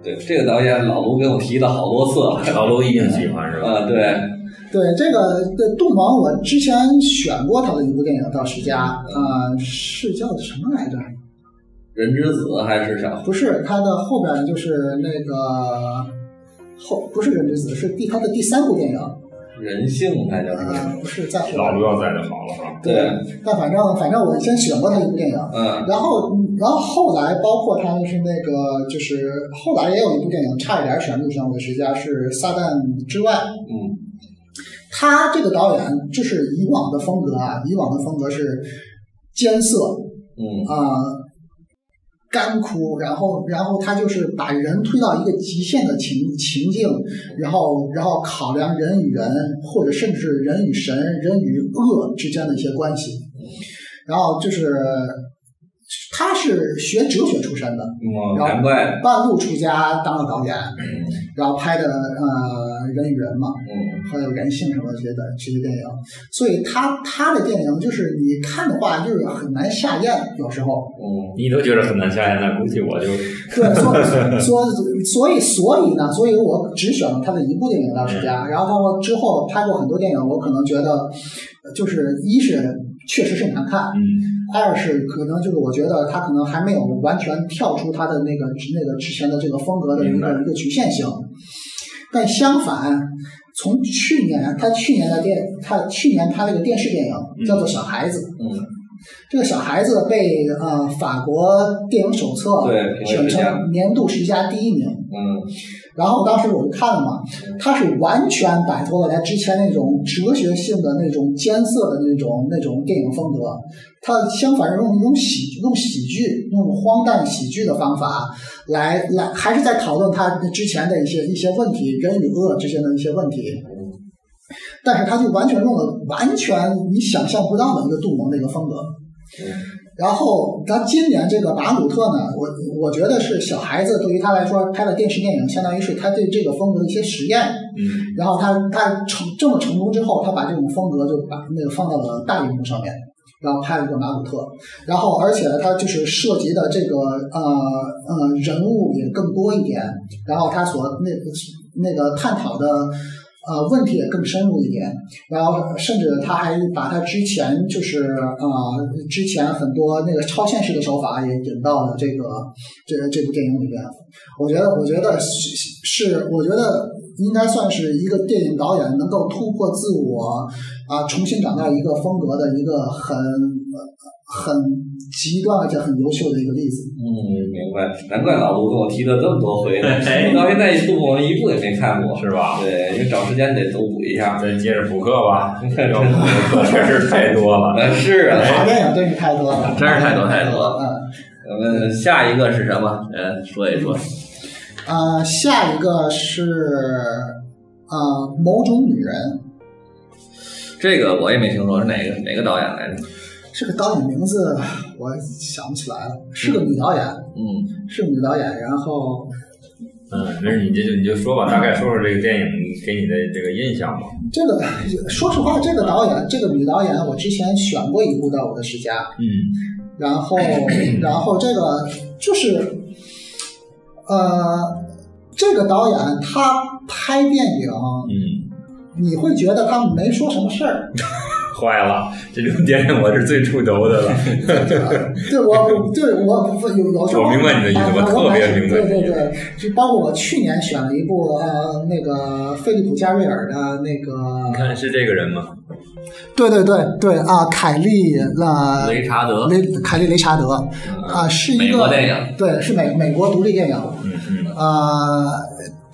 S3: 对，这个导演老卢给我提了好多次了，
S1: 老卢一定喜欢是吧？
S3: 啊，对，
S2: 对这个对杜蒙，我之前呃选过他的一部电影叫《世家》，啊、是叫什么来着？
S3: 人之子还是啥？
S2: 不是它的后边就是那个后不是人之子，是第它的第三部电影，
S3: 人性还叫什么？
S2: 呃，不是在后
S3: 嗯
S2: 边
S1: 老刘要在就好了哈。
S3: 对，
S2: 但反正反正我先选过他一部电影，
S3: 嗯，
S2: 然后然后后来包括他是那个就是后来也有一部电影差一点选入选我的十佳是《撒旦之外》，
S3: 嗯，
S2: 他这个导演就是以往的风格啊，以往的风格是艰涩
S3: 嗯，
S2: 啊、干枯，然后然后他就是把人推到一个极限的情情境，然后然后考量人与人，或者甚至人与神、人与恶之间的一些关系，然后就是他是学哲学出身的，
S3: 嗯难怪，
S2: 半路出家当了导演，
S1: 嗯
S2: 然后拍的呃人与人嘛，
S3: 嗯
S2: 还有人性什么之类的这些电影，所以他他的电影就是你看的话就是很难下咽，有时候。
S3: 嗯
S1: 你都觉得很难下咽，那估计我就
S2: 对，所所所以所以呢，所以我只选了他的一部电影到十佳，然后包括之后拍过很多电影，我可能觉得呃就是一是确实是难看，
S1: 嗯
S2: 二是可能就是我觉得他可能还没有完全跳出他的那个那个之前的这个风格的一
S1: 明白
S2: 个一个局限性，但相反。从去年，他去年的电，他去年拍了一个电视电影，
S1: 嗯
S2: 叫做《小孩子》。
S3: 嗯，
S2: 这个小孩子被呃法国电影手册
S3: 对，评
S2: 选
S3: 为之家，
S2: 成年度十佳第一名。
S3: 嗯
S2: 然后当时我就看了嘛，他是完全摆脱了他之前那种哲学性的那种艰涩的那种那种电影风格，他相反是用用喜用喜剧用荒诞喜剧的方法来来，还是在讨论他之前的一些一些问题，人与恶之间的一些问题。
S3: 嗯
S2: 但是他就完全用了完全你想象不到的一个杜蒙的一个风格。然后咱今年这个马努特呢，我我觉得是小孩子对于他来说拍的电视电影，相当于是他对这个风格的一些实验。
S1: 嗯，
S2: 然后他他成这么成功之后，他把这种风格就把那个放到了大荧幕上面，然后拍了一个马努特，然后而且他就是涉及的这个呃呃人物也更多一点，然后他所那那个探讨的。呃，问题也更深入一点，然后甚至他还把他之前就是呃之前很多那个超现实的手法也引到了这个这个这部电影里边。我觉得，我觉得是是，我觉得应该算是一个电影导演能够突破自我啊，重新找到一个风格的一个很呃很极端而且很优秀的一个例子。
S3: 嗯，明白，难怪老卢跟我提了这么多回 呢，
S1: 哎
S3: 我到现在一部我一部也没看过，
S1: 是吧？
S3: 对，因为找时间得都补一下。
S1: 咱接着补课吧， 这个补课确实太多了。
S3: 呃，是啊，
S2: 好电影真是太多了，
S3: 真是太多太多了。
S2: 嗯
S3: 咱们下一个是什么？呃，说一说。
S2: 呃，下一个是呃某种女人，
S3: 这个我也没听说是哪个哪个导演来着。
S2: 这个导演名字我想不起来了，是个女导演，
S3: 嗯，
S2: 是女导演，然后
S1: 嗯，没事，你这就你就说吧，大概说说这个电影给你的这个印象吧。
S2: 这个说实话，这个导演，这个女导演，我之前选过一部到我的十佳，
S1: 嗯
S2: 然后然后这个就是，呃，这个导演他拍电影，
S1: 嗯，
S2: 你会觉得他没说什么事儿，
S1: 嗯坏了，这种电影我是最出头的了。
S2: 对我，对我有有时候
S1: 我明白你的意思
S2: 啊
S1: 我特别明白
S2: 对
S1: 你的
S2: 对
S1: 意思
S2: 对，就包括我去年选了一部呃那个菲利普加瑞尔的那
S1: 你
S2: 个，
S1: 看是这个人吗？
S2: 对对对对啊，凯利那
S3: 雷查德，
S2: 雷凯利雷查德啊，是一
S3: 美
S2: 个
S3: 国电影。
S2: 对，是美美国独立电影。
S1: 嗯嗯，
S2: 呃，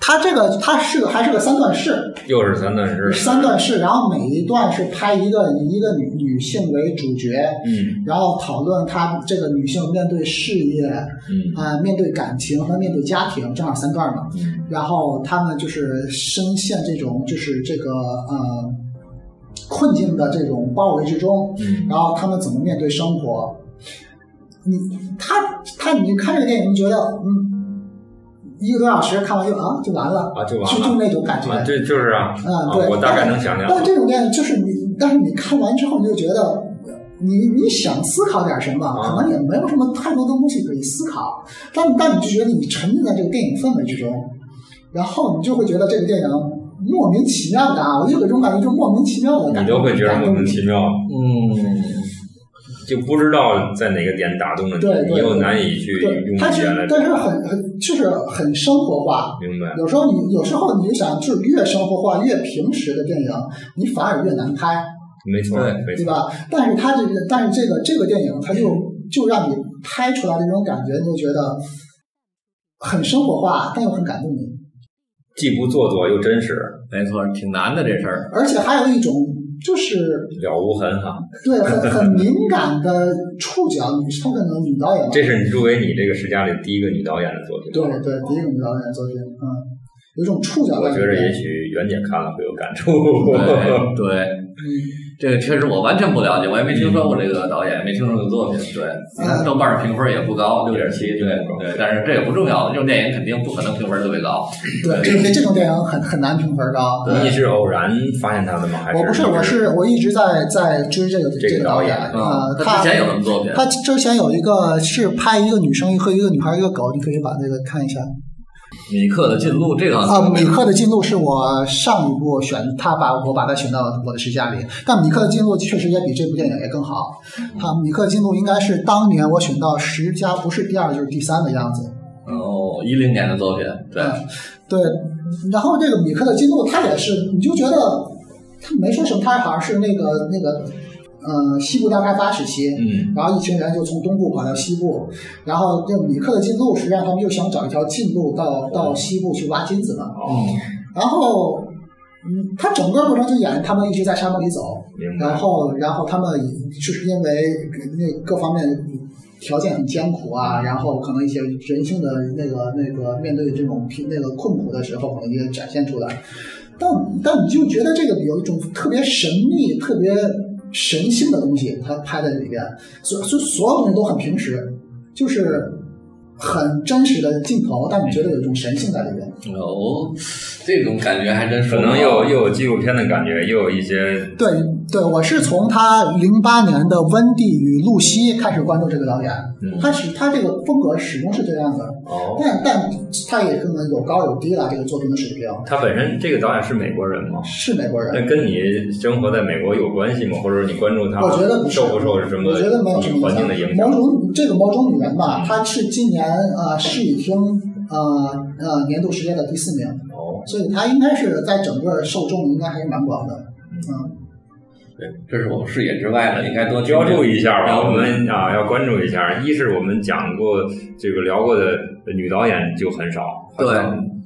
S2: 它这个它是个还是个三段式，
S1: 又是三段式。
S2: 三段式，然后每一段是拍一个以一个女女性为主角，
S1: 嗯
S2: 然后讨论她这个女性面对事业
S1: 嗯
S2: 啊、面对感情和面对家庭，正好三段嘛。
S1: 嗯
S2: 然后他们就是深陷这种就是这个呃困境的这种包围之中，
S1: 嗯
S2: 然后他们怎么面对生活。你他他，你看这个电影，你觉得嗯，一个多小时看完就啊就完了，
S1: 啊，就完
S2: 就就
S1: 了。
S2: 那种感觉。
S1: 啊，对，就是啊。
S2: 嗯
S1: 啊
S2: 对
S1: 我大概能想象。
S2: 但这种电影就是你，但是你看完之后，你就觉得你你想思考点什么，
S1: 啊
S2: 可能也没有什么太多的东西可以思考，但但你就觉得你沉浸在这个电影氛围之中，然后你就会觉得这个电影莫名其妙的啊，我就有一种感觉，就莫名其妙的感
S1: 你
S2: 觉，
S1: 都会觉得莫名
S2: 感动
S1: 其妙，
S3: 嗯，
S1: 就不知道在哪个点打动了你，
S2: 对对
S1: 你又难以去
S2: 对，
S1: 用
S2: 它
S1: 语
S2: 是
S1: 言来，
S2: 但是很很就是很生活化。
S1: 明白。
S2: 有时候你有时候你就想，就是越生活化、越平实的电影，你反而越难拍。
S1: 没错，
S3: 对
S1: 没
S2: 对
S1: 错，
S2: 吧？但是它这个，但是这个这个电影，它就就让你拍出来的这种感觉，你就觉得很生活化，但又很感动你。
S1: 既不做作又真实，
S3: 没错，挺难的这事 儿。
S2: 而且还有一种就是
S1: 了无痕哈。
S2: 对很 很敏感的触角，女她可能女导演吧，
S1: 这是入围你这个十佳里第一个女导演的作品。
S2: 对对，第一个女导演作品，嗯，有一种触角
S1: 我
S2: 在里面。
S1: 觉着也许袁姐看了会有感触。
S3: 对哎对，
S2: 嗯，
S3: 这个确实我完全不了解，我也没听说过这个导演，没听说过作品。对，你看豆瓣儿评分也不高，六点七。对对，但是这也不重要，这种电影肯定不可能评分特别高。
S2: 对，这这这种电影很很难评分高。
S1: 你是偶然发现她的吗？还
S2: 嗯我不是，
S1: 是
S2: 我是我一直在在追这个
S1: 这个
S2: 个
S1: 导
S2: 导
S1: 演
S2: 啊
S3: 嗯，，
S2: 他
S3: 他之前有什么作品？
S2: 他之前有一个是拍一个女生和一个女孩一个狗，你可以把这个看一下
S3: 米克的进路，这个
S2: 啊。米克的进路是我上一部选，他把我把它选到我的十佳里，但米克的进路确实也比这部电影也更好。他米克的进路应该是当年我选到十佳，不是第二就是第三的样子。
S3: 哦，一零年的作品，对，
S2: 嗯对，然后这个米克的进路，他也是，你就觉得他没说什么，他好像是那个那个呃西部大开发时期，
S1: 嗯，
S2: 然后一群人就从东部跑到西部，然后这米克的近路，实际上他们就想找一条近路到到西部去挖金子嘛。
S1: 哦，
S2: 然后，嗯，他整个过程就演他们一直在沙漠里走，
S1: 明白
S2: 然。后然后他们就是因为那各方面条件很艰苦啊，然后可能一些人性的那个那个面对这种贫那个困苦的时候，可能也展现出来。但但你就觉得这个有一种特别神秘、特别神性的东西，它拍在里边，所所所有东西都很平时，就是很真实的镜头，但你觉得有一种神性在里边。
S3: 哦，这种感觉还真
S1: 可
S3: 说不
S1: 能
S3: 好
S2: 哦
S3: 啊
S1: 又又有纪录片的感觉，又有一些
S2: 对对，我是从他零八年的《温蒂与露西》开始关注这个导演，
S1: 嗯
S2: 他是他这个风格始终是这样的，
S1: 哦。
S2: 但但他也可能有高有低了，这个作品的水平
S1: 她本身这个导演是美国人吗？
S2: 是美国
S1: 那
S2: 人，
S1: 跟你生活在美国有关系吗？或者说你关注她
S2: 我觉得不是
S1: 受不受什么
S2: 我觉得没有什么
S1: 环境的影
S2: 影
S1: 响嗯
S2: 响。某？种这个某种女人吧，她是今年呃市语厅呃呃年度时间的第四名，
S1: 哦，
S2: 所以她应该是在整个受众应该还是蛮广的。
S1: 嗯
S2: 嗯
S3: 这是我们视野之外的，应该多
S1: 标注一下吧，
S3: 标注
S1: 我们啊要关注一下。一是我们讲过这个聊过的女导演就很少，
S3: 对，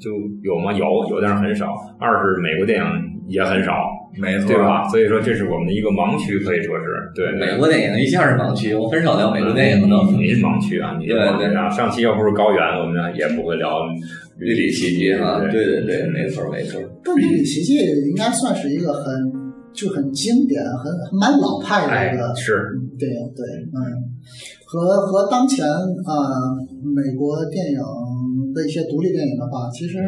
S1: 就有吗？有有，但是很少。二是美国电影也很少，
S3: 没
S1: 对？吧？所以说这是我们的一个盲区，可以说是对。
S3: 美国电影一向是盲区，我很少聊美国电影的。
S1: 你是盲区啊，你是盲区啊。上期要不是高原，我们也不会聊
S3: 绿里奇迹啊，
S1: 对
S3: 对对对，没错没错。
S2: 但《绿里奇迹》应该算是一个很就很经典、很蛮老派
S1: 哎
S2: 的一个。
S1: 是
S2: 嗯对对，嗯，和和当前呃美国电影的一些独立电影的话，其实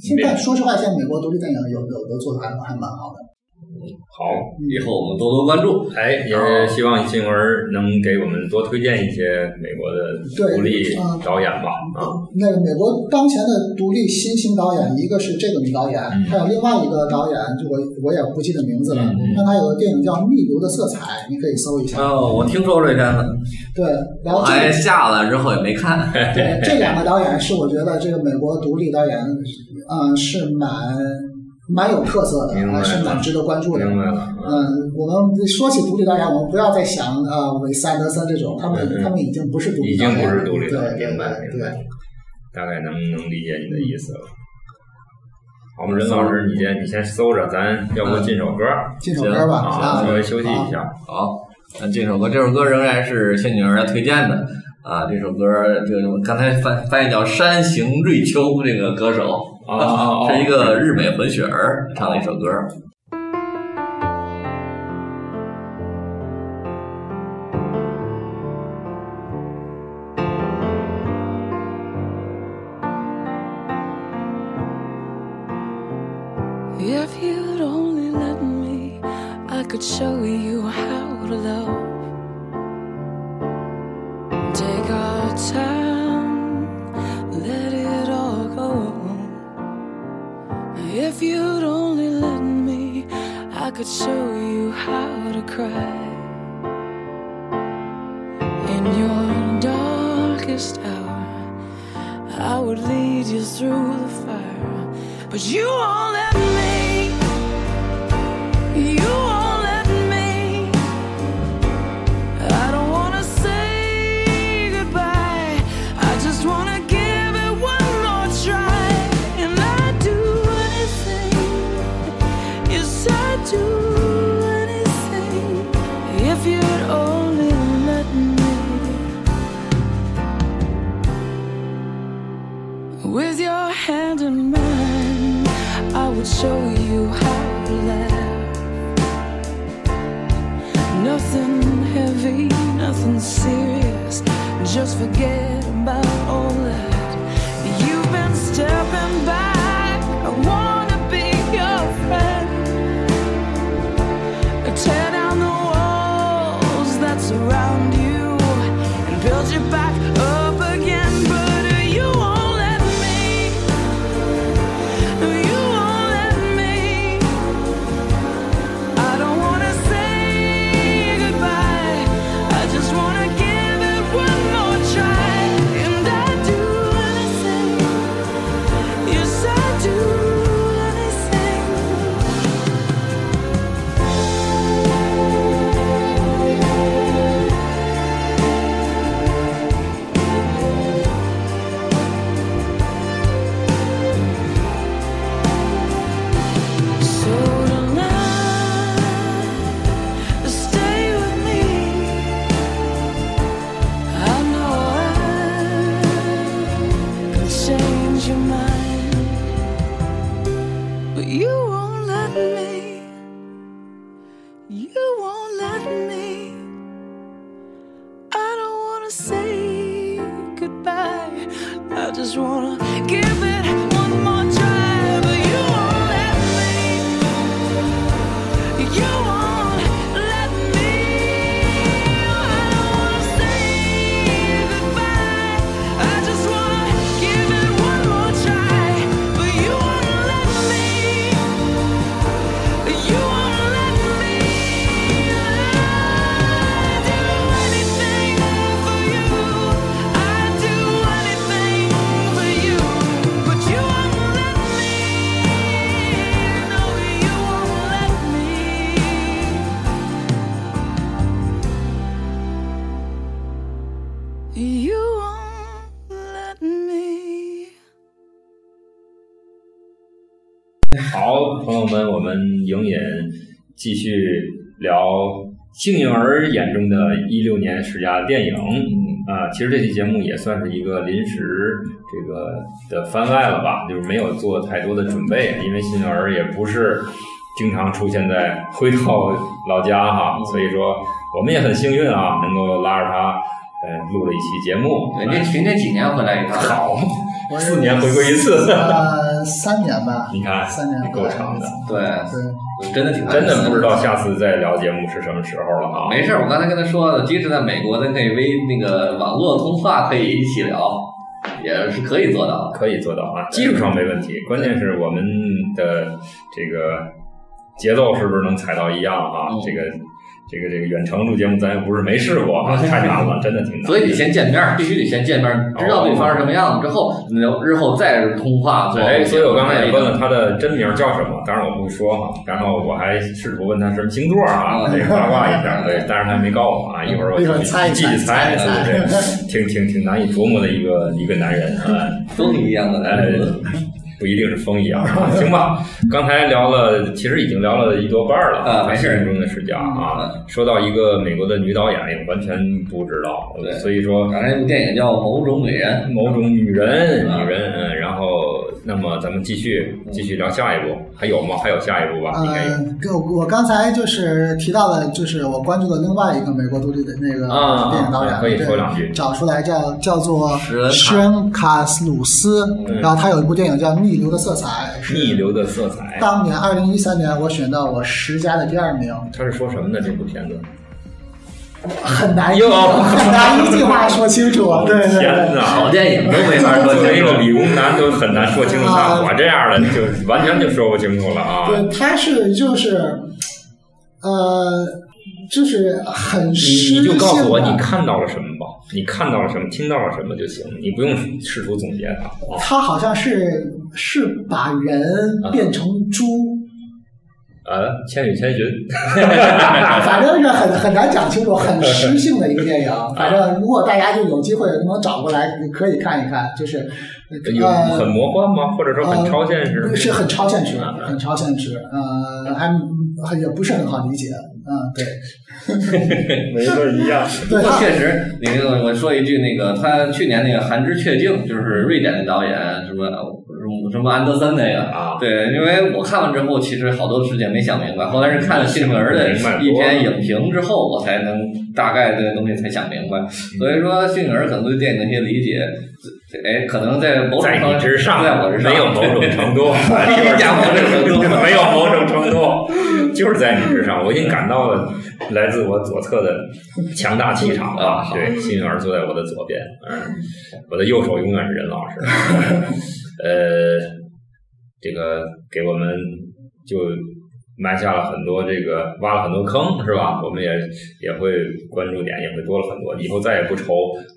S2: 现在说实话，现在美国独立电影有有的做的还还蛮好的。嗯
S1: 好。
S3: 以后我们多多关注。
S1: 哎，也是希望新文能给我们多推荐一些美国的
S2: 对
S1: 独立
S2: 嗯
S1: 导演吧啊。
S2: 那个美国当前的独立新兴导演，一个是这个女导演，
S1: 嗯
S2: 还有另外一个导演，就我我也不记得名字了
S1: 嗯嗯，啊
S2: 但她有个电影叫《密流的色彩》，你可以搜一下。
S3: 哦，我听说这片子，
S2: 对，然
S3: 我
S2: 后这
S1: 哎
S3: 还
S2: 个
S3: 哎下了之后也没看。
S2: 对， 这两个导演是我觉得这个美国独立导演，嗯，是蛮蛮有特色的，
S1: 明白
S2: 还是蛮值得关注的。
S1: 明白了，啊
S2: 嗯，我们说起独立导演，我们不要再想呃韦斯安德森这种，他们、
S1: 嗯嗯
S2: 他们已经不是独
S1: 已
S2: 立导
S1: 经
S2: 演了，
S1: 不是独立了，
S2: 对对
S1: 明白明白
S2: 对。，
S1: 大概能能理解你的意思了。好，我们任老师，你先你先搜着，咱要不进首歌
S2: 进首歌吧
S1: 啊，
S2: 啊
S1: 稍微休息一下。
S3: 好，那这首歌，这首歌仍然是仙女儿来推荐的啊。这首歌，这个刚才翻翻译叫山行瑞秋这个歌手，
S1: 啊啊啊！
S3: 是一个日美混血儿唱的一首歌。
S4: If you'd only let me, I could show you how to love. Take our time, let it all go. If you'd only let me, I could show you how to cry. darkest hour. I would lead you through the fire, but you won't let me. You won't let me. I don't wanna say goodbye. I just wanna give it one more try. And I'd do anything. Yes, I'd do anything if you'd only let me. With your hand in mine, I would show you how to laugh. Nothing heavy, nothing serious. Just forget about all that. You've been stepping back. I wanna be your friend. Tear down the walls that surround you and build you back up again. But you won't let me. You won't let me. I don't wanna say goodbye. I just wanna give it one more try. And I'd do anything. Yes, I'd do anything. So tonight, stay with me. I know I can change your mind, but you won't let me. You won't let me. I don't wanna say goodbye. I just wanna give it one more try, but you won't let me. You won't let me. I don't wanna say goodbye. I just wanna give it one more try, but you won't let me. You won't let me. I'd do anything for you. I'd do anything for you, but you won't let me. No, you won't let me. You won't let me.
S1: 好，朋友们，我们影引继续聊幸运儿眼中的一六年十佳电影。
S2: 嗯
S1: 啊，其实这期节目也算是一个临时这个的番外了吧，就是没有做太多的准备，因为幸运儿也不是经常出现在回到老家
S2: 嗯
S1: 哈，所以说我们也很幸运啊，能够拉着他呃录了一期节目。
S3: 人家群家几年回来一趟？
S1: 好，
S2: 我是
S1: 四年回归一次，
S2: 呃三年 吧，
S1: 你看
S2: 三年
S1: 也够长的。
S3: 对，
S2: 对，
S3: 真的挺
S1: 真的不知道下次再聊节目是什么时候了啊！
S3: 哎没事儿，我刚才跟他说了，即使在美国，咱可以微那个网络通话，可以一起聊，也是可以做到的。
S1: 可以做到啊，技术上没问题，关键是我们的这个节奏是不是能踩到一样啊？
S3: 嗯
S1: 这个这个这个远程录节目咱也不是没试过啊，太难了，真的挺难。
S3: 所以得先见面儿，必须得先见面儿，知道对方是什么样子之后，你要日后再通话做。
S1: 哎，所以我刚才也问了他的真名叫什么，当然我不会说嘛，然后我还试图问他什么星座啊，
S3: 嗯
S1: 这个八卦一下，对，但是他还没告诉我啊，一会儿我
S2: 一会儿猜一
S1: 继续
S2: 猜
S1: 猜，啊
S2: 猜一猜
S1: 对对对，挺挺挺难以琢磨的一个一个男人啊。
S3: 都一样的男
S1: 呃
S3: 子，，
S1: 不一定是风一样， 行吧？刚才聊了，其实已经聊了一多半儿了
S3: 啊没事儿嗯
S1: 心中的视角啊，说到一个美国的女导演，也完全不知道
S3: 对，
S1: 所以说
S3: 刚才那部电影叫《某种美人
S1: 某种女人，
S3: 啊嗯
S1: 女人，嗯，然后那么咱们继续继续聊下一步，还有吗？还有下一步吧？应该有。
S2: 嗯，跟我刚才就是提到的，就是我关注的另外一个美国独立的那个
S1: 啊
S2: 电影导演，
S1: 可以
S2: 对
S1: 说两句
S2: 找出来叫叫做
S3: 史恩卡
S2: 施恩卡斯鲁斯，然后他有一部电影叫《逆流的色彩》，
S1: 逆
S2: 是
S1: 流的色彩，
S2: 当年二零一三年我选到我十佳的第二名，
S1: 它是说什么呢？这部片子？
S2: 很难
S1: 哟哦
S2: 很 难一句话说清楚，
S3: 哦
S2: 对对
S1: 天
S2: 对。
S1: 哪，》，
S3: 好电影都没法说
S1: 作为一
S3: 清
S1: 个
S3: 楚。
S1: 理工男都很难说清楚，
S2: 啊
S1: 像我这样的就完全就说不清楚了啊！
S2: 对，他是就是，呃，就是很
S1: 你
S2: 诗
S1: 你就告诉
S2: 性
S1: 我
S2: 的
S1: 你看到了什么吧。你看到了什么，听到了什么就行，你不用试图总结它。
S2: 他好像是是把人变成 猪，
S1: 呃，《千与千 寻》
S2: 反正是很很难讲清楚，很诗性的一个 电影。反正如果大家就有机会能找过来，可以看一看，就是
S1: 有
S2: 呃
S1: 很魔幻吗？或者说很超现实？啊
S2: 是很超现实，很超现实，呃，还很也不是很好理解，嗯，对，
S1: 没错，一样。
S3: 不
S2: 对
S3: 过
S2: 他
S3: 确实，你那个我说一句，那个他去年那个《寒枝雀静》，就是瑞典的导演什么呃什么安德森那个
S1: 啊
S3: 对，因为我看完之后，其实好多事情没想明白，后来是看了西门儿的
S1: 明白多了
S3: 一篇影评之后，我才能大概对东西才想明
S1: 嗯
S3: 白。所以说，信儿可能对电影的一些理解，哎，可能在某种
S1: 在
S3: 程度
S1: 你之上，
S3: 在我之上，
S1: 没有某种程 度，
S3: 你讲某种程度
S1: 没有某种程度，就是在你之上。我已经感到了来自我左侧的强大气场了
S3: 啊。
S1: 对，幸运儿坐在我的左边，嗯，我的右手永远是任老师。 呃，这个给我们就埋下了很多这个挖了很多坑，是吧？我们也也会关注点也会多了很多，以后再也不愁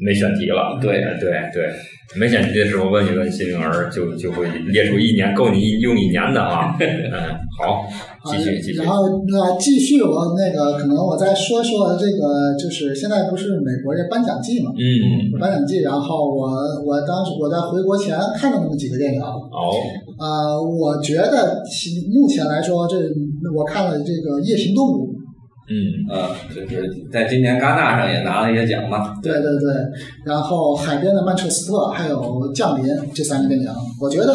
S1: 没选题了。
S3: 对
S1: 呃对对，没选题的时候问一问新颖儿，就就会列出一年够你一用一年的啊。嗯，好，继续继续
S2: 呃然。后那继续我那个可能我再说说这个，就是现在不是美国这颁奖季嘛，
S1: 嗯，
S2: 颁奖季，然后我我当时我在回国前看了那么几个电影，
S1: 好，
S2: 呃，我觉得其目前来说，这我看了这个《夜行动物》，
S1: 嗯，
S3: 啊，就是在今年戛纳上也拿了一些奖嘛。
S2: 对对对，然后《海边的曼彻斯特》还有《降临》这三个电影，我觉得。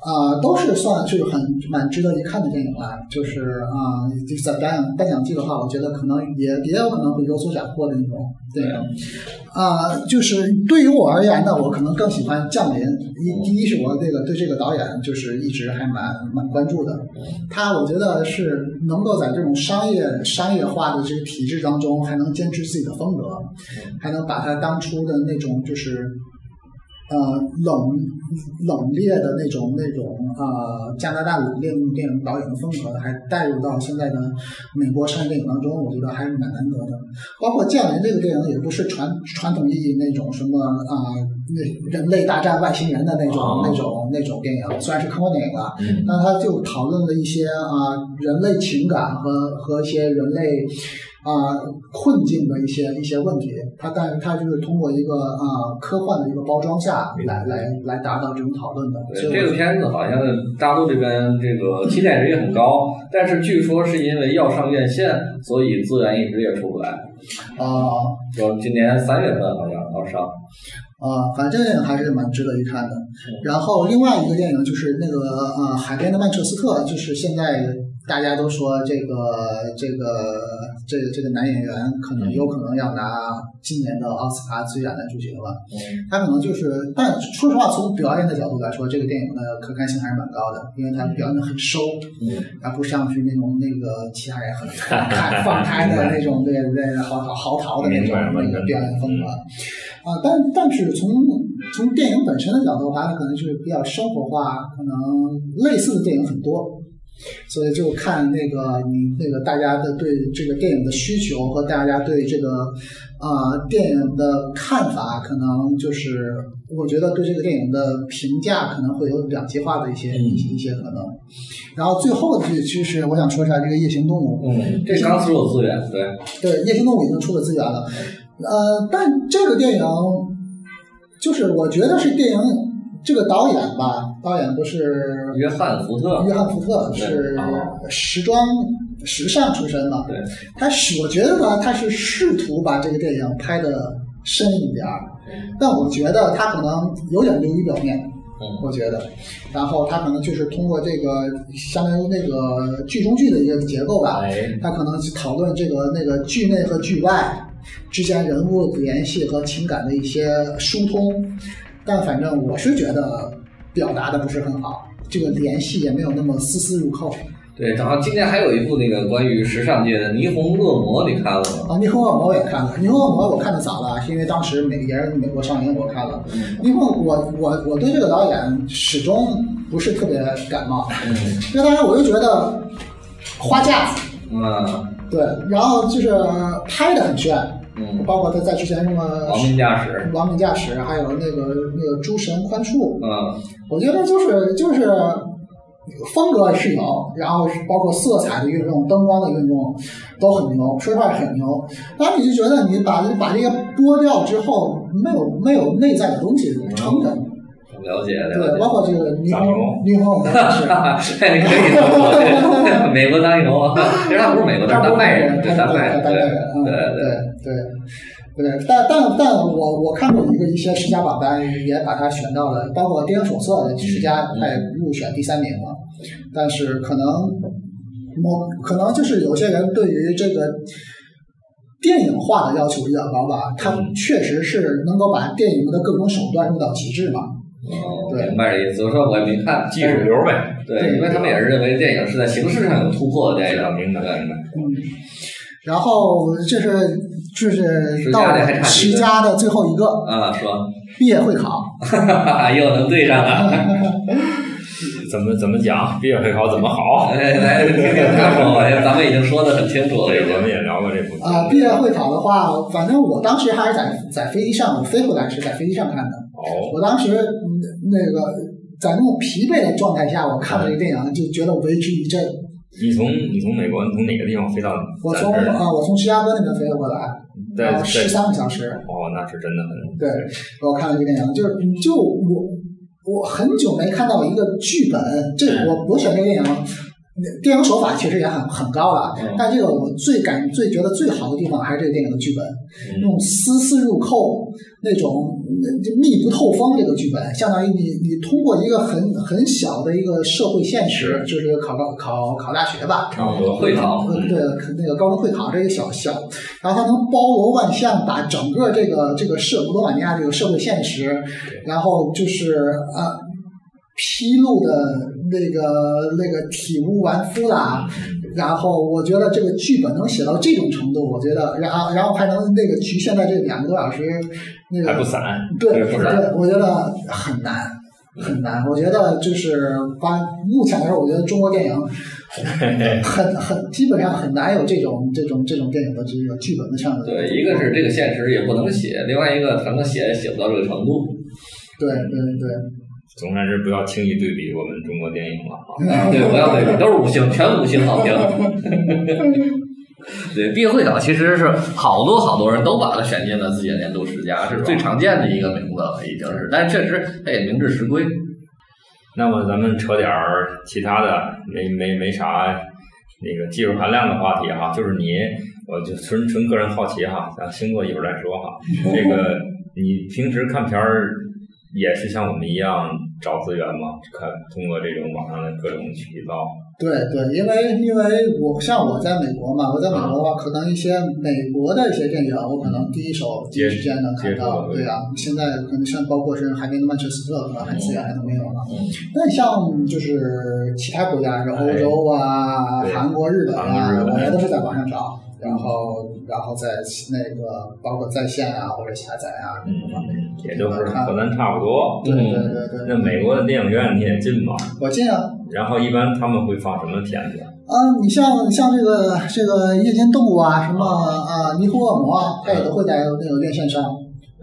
S2: 啊、都是算是很蛮值得一看的电影了。就是啊、就在颁奖颁奖季的话，我觉得可能也也有可能会有所斩获的那种电影。啊、就是对于我而言呢，我可能更喜欢《降临》。一第一是我这个对这个导演就是一直还蛮蛮关注的，他我觉得是能够在这种商业商业化的这个体制当中，还能坚持自己的风格，还能把他当初的那种就是。呃，冷冷冽的那种那种呃，加拿大冷冽电影导演的风格，还带入到现在的美国商业电影当中，我觉得还是蛮难得的。包括《降临》这个电影，也不是传传统意义那种什么啊、那人类大战外星人的那种、
S1: 哦
S2: 那种那种电影，虽然是科幻电影吧，
S1: 嗯
S2: 那他就讨论了一些啊、人类情感和和一些人类啊、困境的一些一些问题。他但是他就是通过一个啊、科幻的一个包装下来来来达到这种讨论的。所
S3: 对，
S2: 以
S3: 这
S2: 我
S3: 个片子好像大陆这边这个期待值也很高，但是据说是因为要上院线，所以资源一直也出不来。
S2: 啊
S3: 就今年三月份好像要上，
S2: 啊，反正还是蛮值得一看的。然后另外一个电影就是那个呃，《海边的曼彻斯特》，就是现在大家都说这个这个这个这个男演员可能有可能要拿今年的奥斯卡最佳男主角吧。
S1: 嗯
S2: 他可能就是，但说实话，从表演的角度来说，这个电影的可看性还是蛮高的，因为它表演的很收，
S3: 嗯，
S2: 而不像是那种那个其他人 很放开放开的那种，对对，嚎啕嚎啕的那
S1: 明
S2: 种
S1: 白嗯了
S2: 那个表演风格。啊，但但是从从电影本身的角度的话，它可能就是比较生活化，可能类似的电影很多，所以就看那个你那个大家的对这个电影的需求和大家对这个啊、呃电影的看法，可能就是我觉得对这个电影的评价可能会有两极化的一些、一些一些可能。然后最后就其实我想说一下这个夜行动物，
S3: 嗯，这刚出有资源，对，
S2: 对，《夜行动物》已经出了资源了，呃，但这个电影就是我觉得是电影这个导演吧，导演不是
S3: 约翰福特
S2: 约，翰福特是时装时尚出身嘛，
S3: 对，
S2: 他是我觉得呢，他是试图把这个电影拍的深一点儿，但我觉得他可能有点流于表面，
S3: 嗯
S2: 我觉得，然后他可能就是通过这个相当于那个剧中剧的一个结构吧，
S1: 哎，
S2: 他可能去讨论这个那个剧内和剧外之间人物联系和情感的一些疏通，但反正我是觉得表达的不是很好，这个联系也没有那么丝丝入扣
S3: 对，然后今年还有一部那个关于时尚界的《霓虹恶魔》，你看了吗？
S2: 啊。霓虹恶魔我也看了，霓虹恶魔我看的早了，是因为当时美也是美国上映我看了。霓虹我我我对这个导演始终不是特别感冒，
S3: 嗯
S2: 因为当时我就觉得花架子。
S3: 嗯
S2: 对，然后就是拍的很炫，
S3: 嗯，
S2: 包括他在之前什么
S3: 亡命驾驶，
S2: 亡命驾驶，还有那个那个诸神宽恕，
S3: 嗯
S2: 我觉得就是就是风格是有，然后是包括色彩的运用、灯光的运用都很牛，说实话很牛。然后你就觉得你把把这些剥掉之后，没有没有内在的东西撑着，
S3: 了解了
S2: 对，
S3: 解。
S2: 包括这个女
S1: 大
S2: 朋
S1: 牛
S2: 友女朋友也是。
S3: 哎你可以这么说对，美国当牛，其实他不是美国，他是丹麦人，对丹麦，
S2: 对
S3: 对
S2: 对
S3: 对
S2: 对对对对，但但但我我看过一个一些十佳榜单，也把它选到了，包括电影手册十
S3: 嗯
S2: 佳，它也入选第三名了。但是可能某可能就是有些人对于这个电影化的要求比较高吧，它
S3: 嗯
S2: 确实是能够把电影的各种手段用到极致嘛。
S3: 哦，
S2: 对
S3: 明白这意思。我说我也没看
S1: 技术，流呗，
S3: 对，因为他们也是认为电影是在形式上有突破的电
S1: 知道
S3: 影，
S1: 明白
S3: 对
S1: 明白。
S2: 嗯，然后这是就是
S3: 十
S2: 到
S3: 佳的还差几个
S2: 十佳的最后一个
S3: 啊，说，
S2: 毕业会考。
S3: 哈哈，又能对上了，
S1: 怎么怎么讲？毕业会考怎么好？
S3: 哎来听听他说吧，咱们已经说的很清楚了，已
S1: 对，我们
S3: 经。
S1: 也聊过这部分
S2: 啊、毕业会考的话，反正我当时还是在在飞机上，我飞回来是在飞机上看的。
S1: 哦，
S2: 我当时嗯那个在那种疲惫的状态下，我看了这个电影，就觉得为之一振。
S1: 你从你从美国，你从哪个地方飞到
S2: 我
S1: 咱
S2: 从
S1: 这儿来？
S2: 啊、我从芝加哥那边飞回来，
S1: 在
S2: 嗯然后十
S1: 在
S2: 三个小时，
S1: 哦，那是真的很
S2: 对，我看了这个电影，就是就我我很久没看到一个剧本，这我我选这个电影。电影手法其实也很很高了，
S3: 嗯
S2: 但这个我最感最觉得最好的地方还是这个电影的剧本，那种丝丝入扣，那种嗯就密不透风这个剧本，相当于你你通过一个很很小的一个社会现实，就是考高考考大学吧，
S1: 差不多
S3: 会考
S2: 呃对，那个高中会考这个小小，然后它能包罗万象，把整个这个这个社罗马尼亚这个社会现实，然后就是啊披露的那个那个体无完肤啦。
S1: 嗯
S2: 然后我觉得这个剧本能写到这种程度，我觉得，然后然后还能那个局限在这两个多小时，那
S1: 还
S2: 个
S1: 不散，
S2: 对
S1: 不散。
S2: 对，我觉得很难。很难，我觉得就是把目前来说，我觉得中国电影很很基本上很难有这种这种这种电影的这个剧本的这样的
S3: 对，一个是这个现实也不能写，另外一个他能写也写不到这个程 度。
S2: 对对对
S1: 总而言之，不要轻易对比我们中国电影了啊。
S3: 啊，对，不要对比，都是五星，全五星好 评。对，毕业会考其实是好多好多人都把它选进了自己的年度十佳，是最常见的一个名字了，已经是。但是确实，它也名至实归。
S1: 那么咱们扯点儿其他的，没没没啥那个技术含量的话题哈、就是你，我就纯纯个人好奇哈、咱星座一会儿再说哈、 这个你平时看片儿也是像我们一样找资源吗？看通过这种网上的各种渠道，
S2: 对对，因为因为我像我在美国嘛，我在美国的话，可能一些美国的一些电影，我可能第一手第一时间能看到。
S1: 接触
S2: 对啊，现在可能像包括是海边的曼彻斯特，可能还资源还都没有呢。
S1: 嗯
S2: 那你像就是其他国家，是欧洲啊、
S1: 哎对
S2: 韩国、日本
S1: 韩国
S2: 啊
S1: 日，本
S2: 我也都是在网上找，然后然后在那个包括在线啊或者下载啊什么方面。
S1: 嗯，也就是和咱差不多。
S2: 对
S3: 嗯
S2: 对对对，
S1: 那美国的电影院你也进吗？
S2: 我这样。
S1: 然后一般他们会放什么片子？
S2: 啊，你像像这个这个夜间动物啊，什么啊，尼泊尔魔啊，它也都会在那个院线上。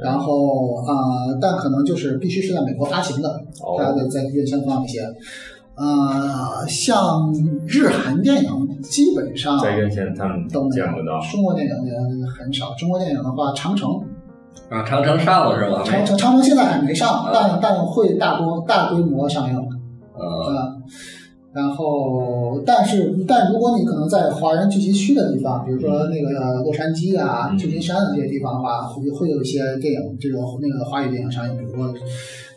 S2: 然后啊、但可能就是必须是在美国发行的，它
S1: 哦，
S2: 得在院线放一些。啊、像日韩电影基本上
S1: 在院线他们
S2: 都没
S1: 见
S2: 有
S1: 不到。
S2: 中国电影也很少。中国电影的话，长城，
S3: 啊，长城上了是吧？
S2: 长城，长城现在还没
S1: 嗯
S2: 上，但但会大规大规模上映。
S3: 呃，
S2: 然后，但是，但如果你可能在华人聚集区的地方，比如说那个洛杉矶啊、
S1: 嗯
S2: 旧金山的这些地方的话，会会有一些电影，这种那个华语电影上映，比如说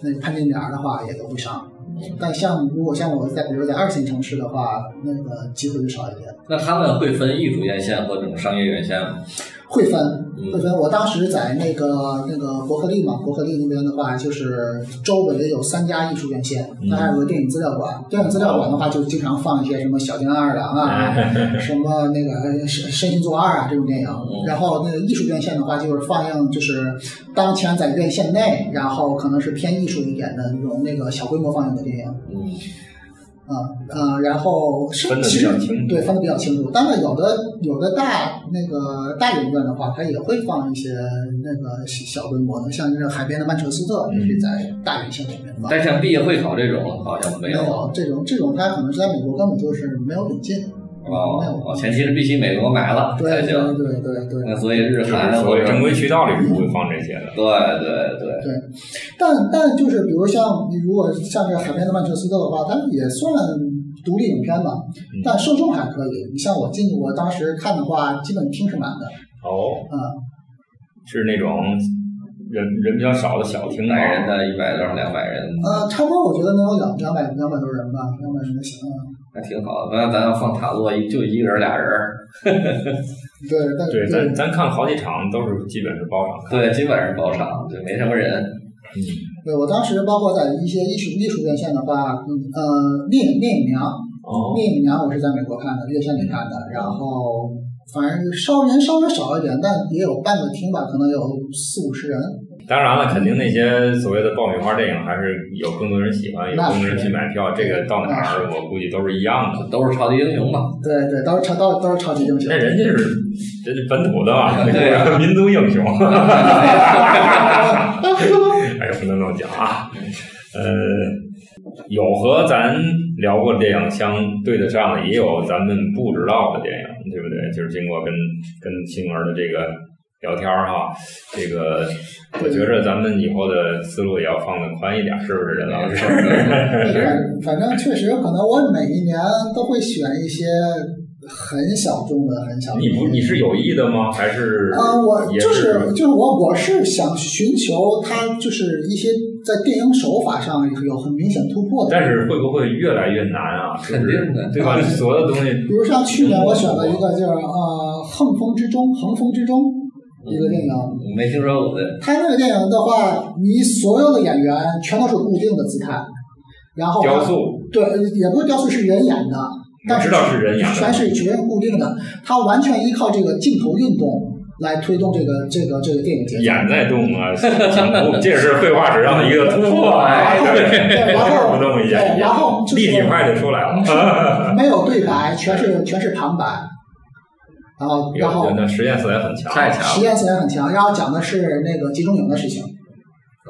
S2: 那个《潘金莲》的话，也都会上。但像如果像我在，比如在二线城市的话，那个机会就少一点。
S3: 那他们会分艺术院线和这种商业院线吗？
S2: 会分，
S3: 嗯
S2: 会分。我当时在那个那个伯克利嘛，伯克利那边的话，就是周围有三家艺术院线，
S1: 嗯
S2: 那还有个电影资料馆。电影资料馆的话，就经常放一些什么《小津安二郎》啊，什么那个呃《身身心作二》啊这种电影。然后那个艺术院线的话，就是放映就是当前在院线内，然后可能是偏艺术一点的那种那个小规模放映的电影。
S3: 嗯，
S2: 啊、嗯、呃，然后是
S1: 分得
S2: 其
S1: 比
S2: 实
S1: 较清楚
S2: 对分的比较清楚。当然，有的有的大那个大影院的话，它也会放一些那个小小规模的，像是海边的曼彻斯特也是在大影厅里面放。
S3: 但像毕业会考这种好像没
S2: 没
S3: 有啊
S2: 有这种这种，它可能是在美国根本就是没有引进。没
S3: 哦
S2: 有，
S3: 哦，前期是必须美国买了嗯
S2: 对
S3: 才
S2: 对
S3: 行。
S2: 对对对。
S3: 那所以日
S1: 就是
S3: 韩
S1: 所
S3: 或
S1: 谓
S3: 者
S1: 正规渠道里是不会放这些的。
S3: 对对对，
S2: 但但就是比如像你如果像这个海边的曼彻斯特的话，它也算独立影片吧，但受众还可以。你像我进我当时看的话，基本厅是满的，
S1: 哦，
S2: 嗯，
S1: 是那种人人比较少的小厅
S3: 一百人
S1: 啊。
S3: 的一百多少两百人，
S2: 呃，差不多我觉得能有两两百两百多人吧，两百人的行。嗯
S3: 还挺好。不然咱要放塔洛，一就一个人俩人儿，
S2: 对，但
S1: 对，
S3: 嗯
S1: 咱咱看好几场都是基本是包场看。
S3: 对，基本上是包场，就没什么人。
S1: 嗯，
S2: 对我当时包括在一些艺术艺术院线的话，嗯呃，聂聂隐娘，
S1: 哦，
S2: 聂隐娘我是在美国看的，院线里看的，然后反正稍人稍微少一点，但也有半个厅吧，可能有四五十人。
S1: 当然了，肯定那些所谓的爆米花电影还是有更多人喜欢，有
S2: 那是
S1: 更多人去买票。这个到哪儿我估计都是一样的。
S3: 都是超级英雄嘛，
S2: 对对，都是超都都是超级英雄
S1: 那。人家是人家本土的 吧？
S3: 对啊
S1: 民族英 雄。哎呀，不能这么讲啊。呃，有和咱聊过电影相对得上的，也有咱们不知道的电影，对不对？就是经过跟跟青儿的这个聊天儿哈，这个我觉着咱们以后的思路也要放得宽一点，是不是，任老师？
S2: 对反正确实，可能我每一年都会选一些很小众的、很小众的。
S1: 你不你是有意的吗？还是
S2: 啊、我
S1: 也
S2: 就是就是我，我是想寻求它就是一些在电影手法上有很明显突破的。
S1: 但是会不会越来越难啊？就是
S3: 肯定的
S1: 对
S2: 嗯
S1: 吧？所有的东西
S2: 比如像去
S1: 嗯
S2: 年我选了一个就是呃《横风之中》，横风之中
S1: 嗯
S2: 一个电影，
S3: 我嗯没听说过的。
S2: 它那个电影的话，你所有的演员全都是固定的姿态，然后
S1: 雕塑，
S2: 对，也不是雕塑，是人演的，但
S1: 我
S2: 是
S1: 知道是人演
S2: 全
S1: 的，
S2: 是全是固定的，它完全依靠这个镜头运动来推动这个这个这个电影节奏。
S1: 眼在动啊， 镜头，这是绘画史上的一个突破啊，
S3: 哎
S2: 对然 后
S1: 不动一下，
S2: 对然后就是嗯
S1: 立体派就出来了。
S2: 没有对白，全是全是旁白，然后然后
S1: 那实验色彩很强，啊
S3: 太强
S2: 实验色彩很强，然后讲的是那个集中营的事情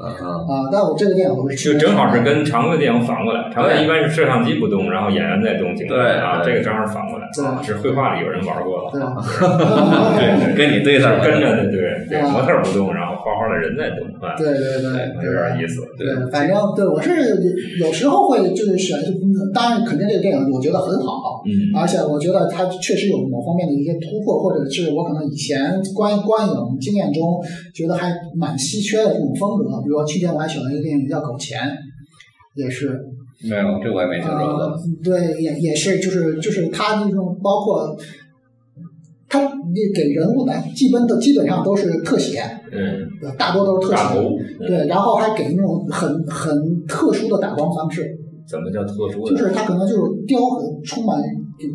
S1: 嗯
S3: 啊，
S2: 啊、但我这个电影我是
S1: 就正好是跟常规电影反过来，常规
S3: 对
S1: 一般是摄像机不动，然后演员在动镜头
S3: 对
S1: 啊，这
S3: 对
S1: 个正好是反过来，
S2: 对
S1: 是绘画里有人玩过了，
S2: 对吧？
S1: 对对，
S3: 跟你
S1: 是
S3: 对上了
S1: 跟着的，对对，
S2: 啊
S1: 模特儿不动，然后画画的人在动，啊，
S2: 对对对
S3: 对
S1: 有点
S2: 对。
S1: 意思，
S3: 对
S2: 对，反正对我是有有时候会就是选，嗯当然肯定这个电影我觉得很好，
S1: 嗯。
S2: 而且我觉得它确实有某方面的一些突破，或者是我可能以前观观影经验中觉得还蛮稀缺的这种风格。比如说去年我还选了一个电影叫《狗钱》，也是
S3: 没有，这我也没听说过。
S2: 嗯对，也也是，就是就是他这种包括他那给人物的基本的基本上都是特写，
S1: 嗯，
S2: 呃大多都是特
S1: 大
S2: 写。
S1: 头，
S2: 对，然后还给那种很很特殊的打光方式，
S1: 怎么叫特殊
S2: 就
S1: 的
S2: 是他可能就是雕呃充满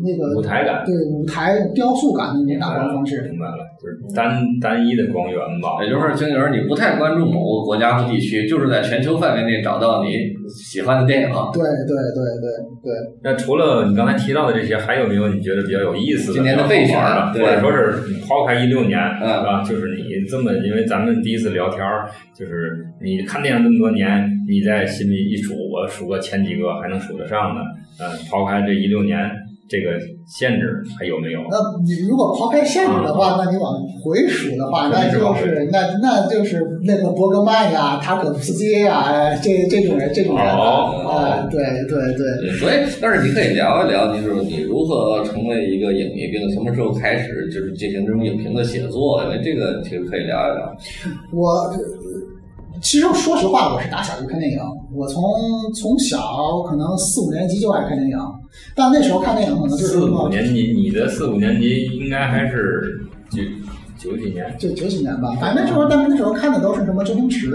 S2: 那个
S1: 舞台感？
S2: 对舞台雕塑感的那种打光方式。
S1: 明白了，就是单单一的光源吧。
S3: 也就是星云，你不太关注某个国家或地区，就是在全球范围内找到你喜欢的电影。
S2: 对对对对对，
S1: 那除了你刚才提到的这些，还有没有你觉得比较有意思的、
S3: 今年的
S1: 比
S3: 备
S1: 较
S3: 选
S1: 好玩的，
S3: 对
S1: 或者说是你抛开一六年，
S3: 嗯
S1: 啊，就是你这么，因为咱们第一次聊天儿，就是你看电影这么多年，你在心里一数，我数个前几个还能数得上的，嗯，抛开这一六年这个限制，还有没有？
S2: 那你如果抛开限制的话，那你往回数的话，那就是那那就是那个伯格曼呀、塔可夫斯基呀，哎这这种人这种人了。
S1: 哦，
S2: 啊，对对对，
S3: 对所以，但是你可以聊一聊，就是你如何成为一个影迷，并从什么时候开始就是进行这种影评的写作，因为这个其实可以聊一聊。
S2: 我呃其实说实话，我是打小就看电影，我从从小可能四五年级就爱看电影，但那时候看电影可能就是
S1: 四五
S2: 说
S1: 年级，你的四五年级应该还是九九几年，
S2: 就九几年吧，反正那时候，但是那时候看的都是什么周星驰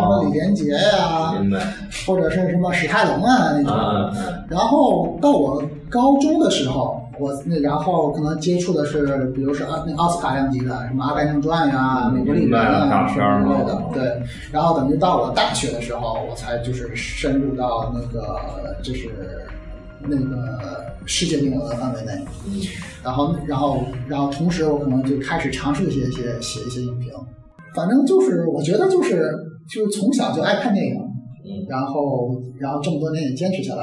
S1: 哦
S2: 什么李连杰呀、
S1: 明白？
S2: 或者是什么史泰龙啊那种。
S1: 啊，嗯
S2: 然后到我高中的时候，我那然后可能接触的是，比如是奥那奥斯卡量级的，什么《阿甘正传》呀、《美国丽人》
S1: 明白了嗯大
S2: 啊什
S1: 片儿嗯
S2: 么之类
S1: 嘛
S2: 的。对，然后等于到我大学的时候，我才就是深入到那个就是那个世界名额的范围内。然后，然后，然后，同时我可能就开始尝试写一些写一些影评。反正就是，我觉得就是就是从小就爱看电影，
S3: 嗯
S2: 然后然后这么多年也坚持下来。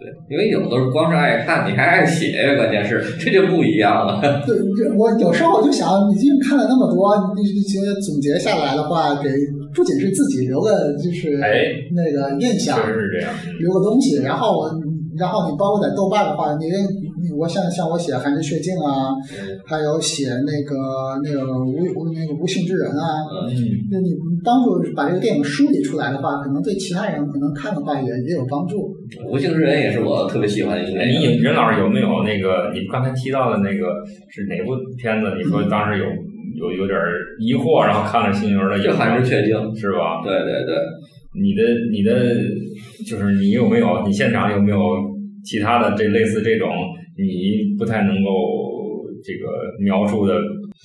S3: 对，因为有的时候光是爱看，你还爱写，关键是这就不一样了。
S2: 对，这我有时候我就想，你就看了那么多，你你你总结下来的话，给不仅是自己留个就是
S1: 哎
S2: 那个印象，
S1: 确实是这样。嗯
S2: 留个东西，然后我，然后你包括在豆瓣的话，你你我像像我写《寒之血镜》啊，
S1: 嗯
S2: 还有写那个那个无无那个无性之人啊，
S1: 嗯，
S2: 那你你帮助把这个电影梳理出来的话，可能对其他人可能看的话也也有帮助。
S3: 无性之人也是我特别喜欢的一个
S1: 哎
S3: 电
S1: 你
S3: 影。
S1: 有任老师有没有那个你刚才提到的那个是哪部片子？你说当时有有有点疑惑，然后看了新闻的影
S3: 就
S1: 评，
S3: 还是确定，
S1: 是吧？
S3: 对对对，
S1: 你的你的就是你有没有你现场有没有其他的这类似这种你不太能够这个描述的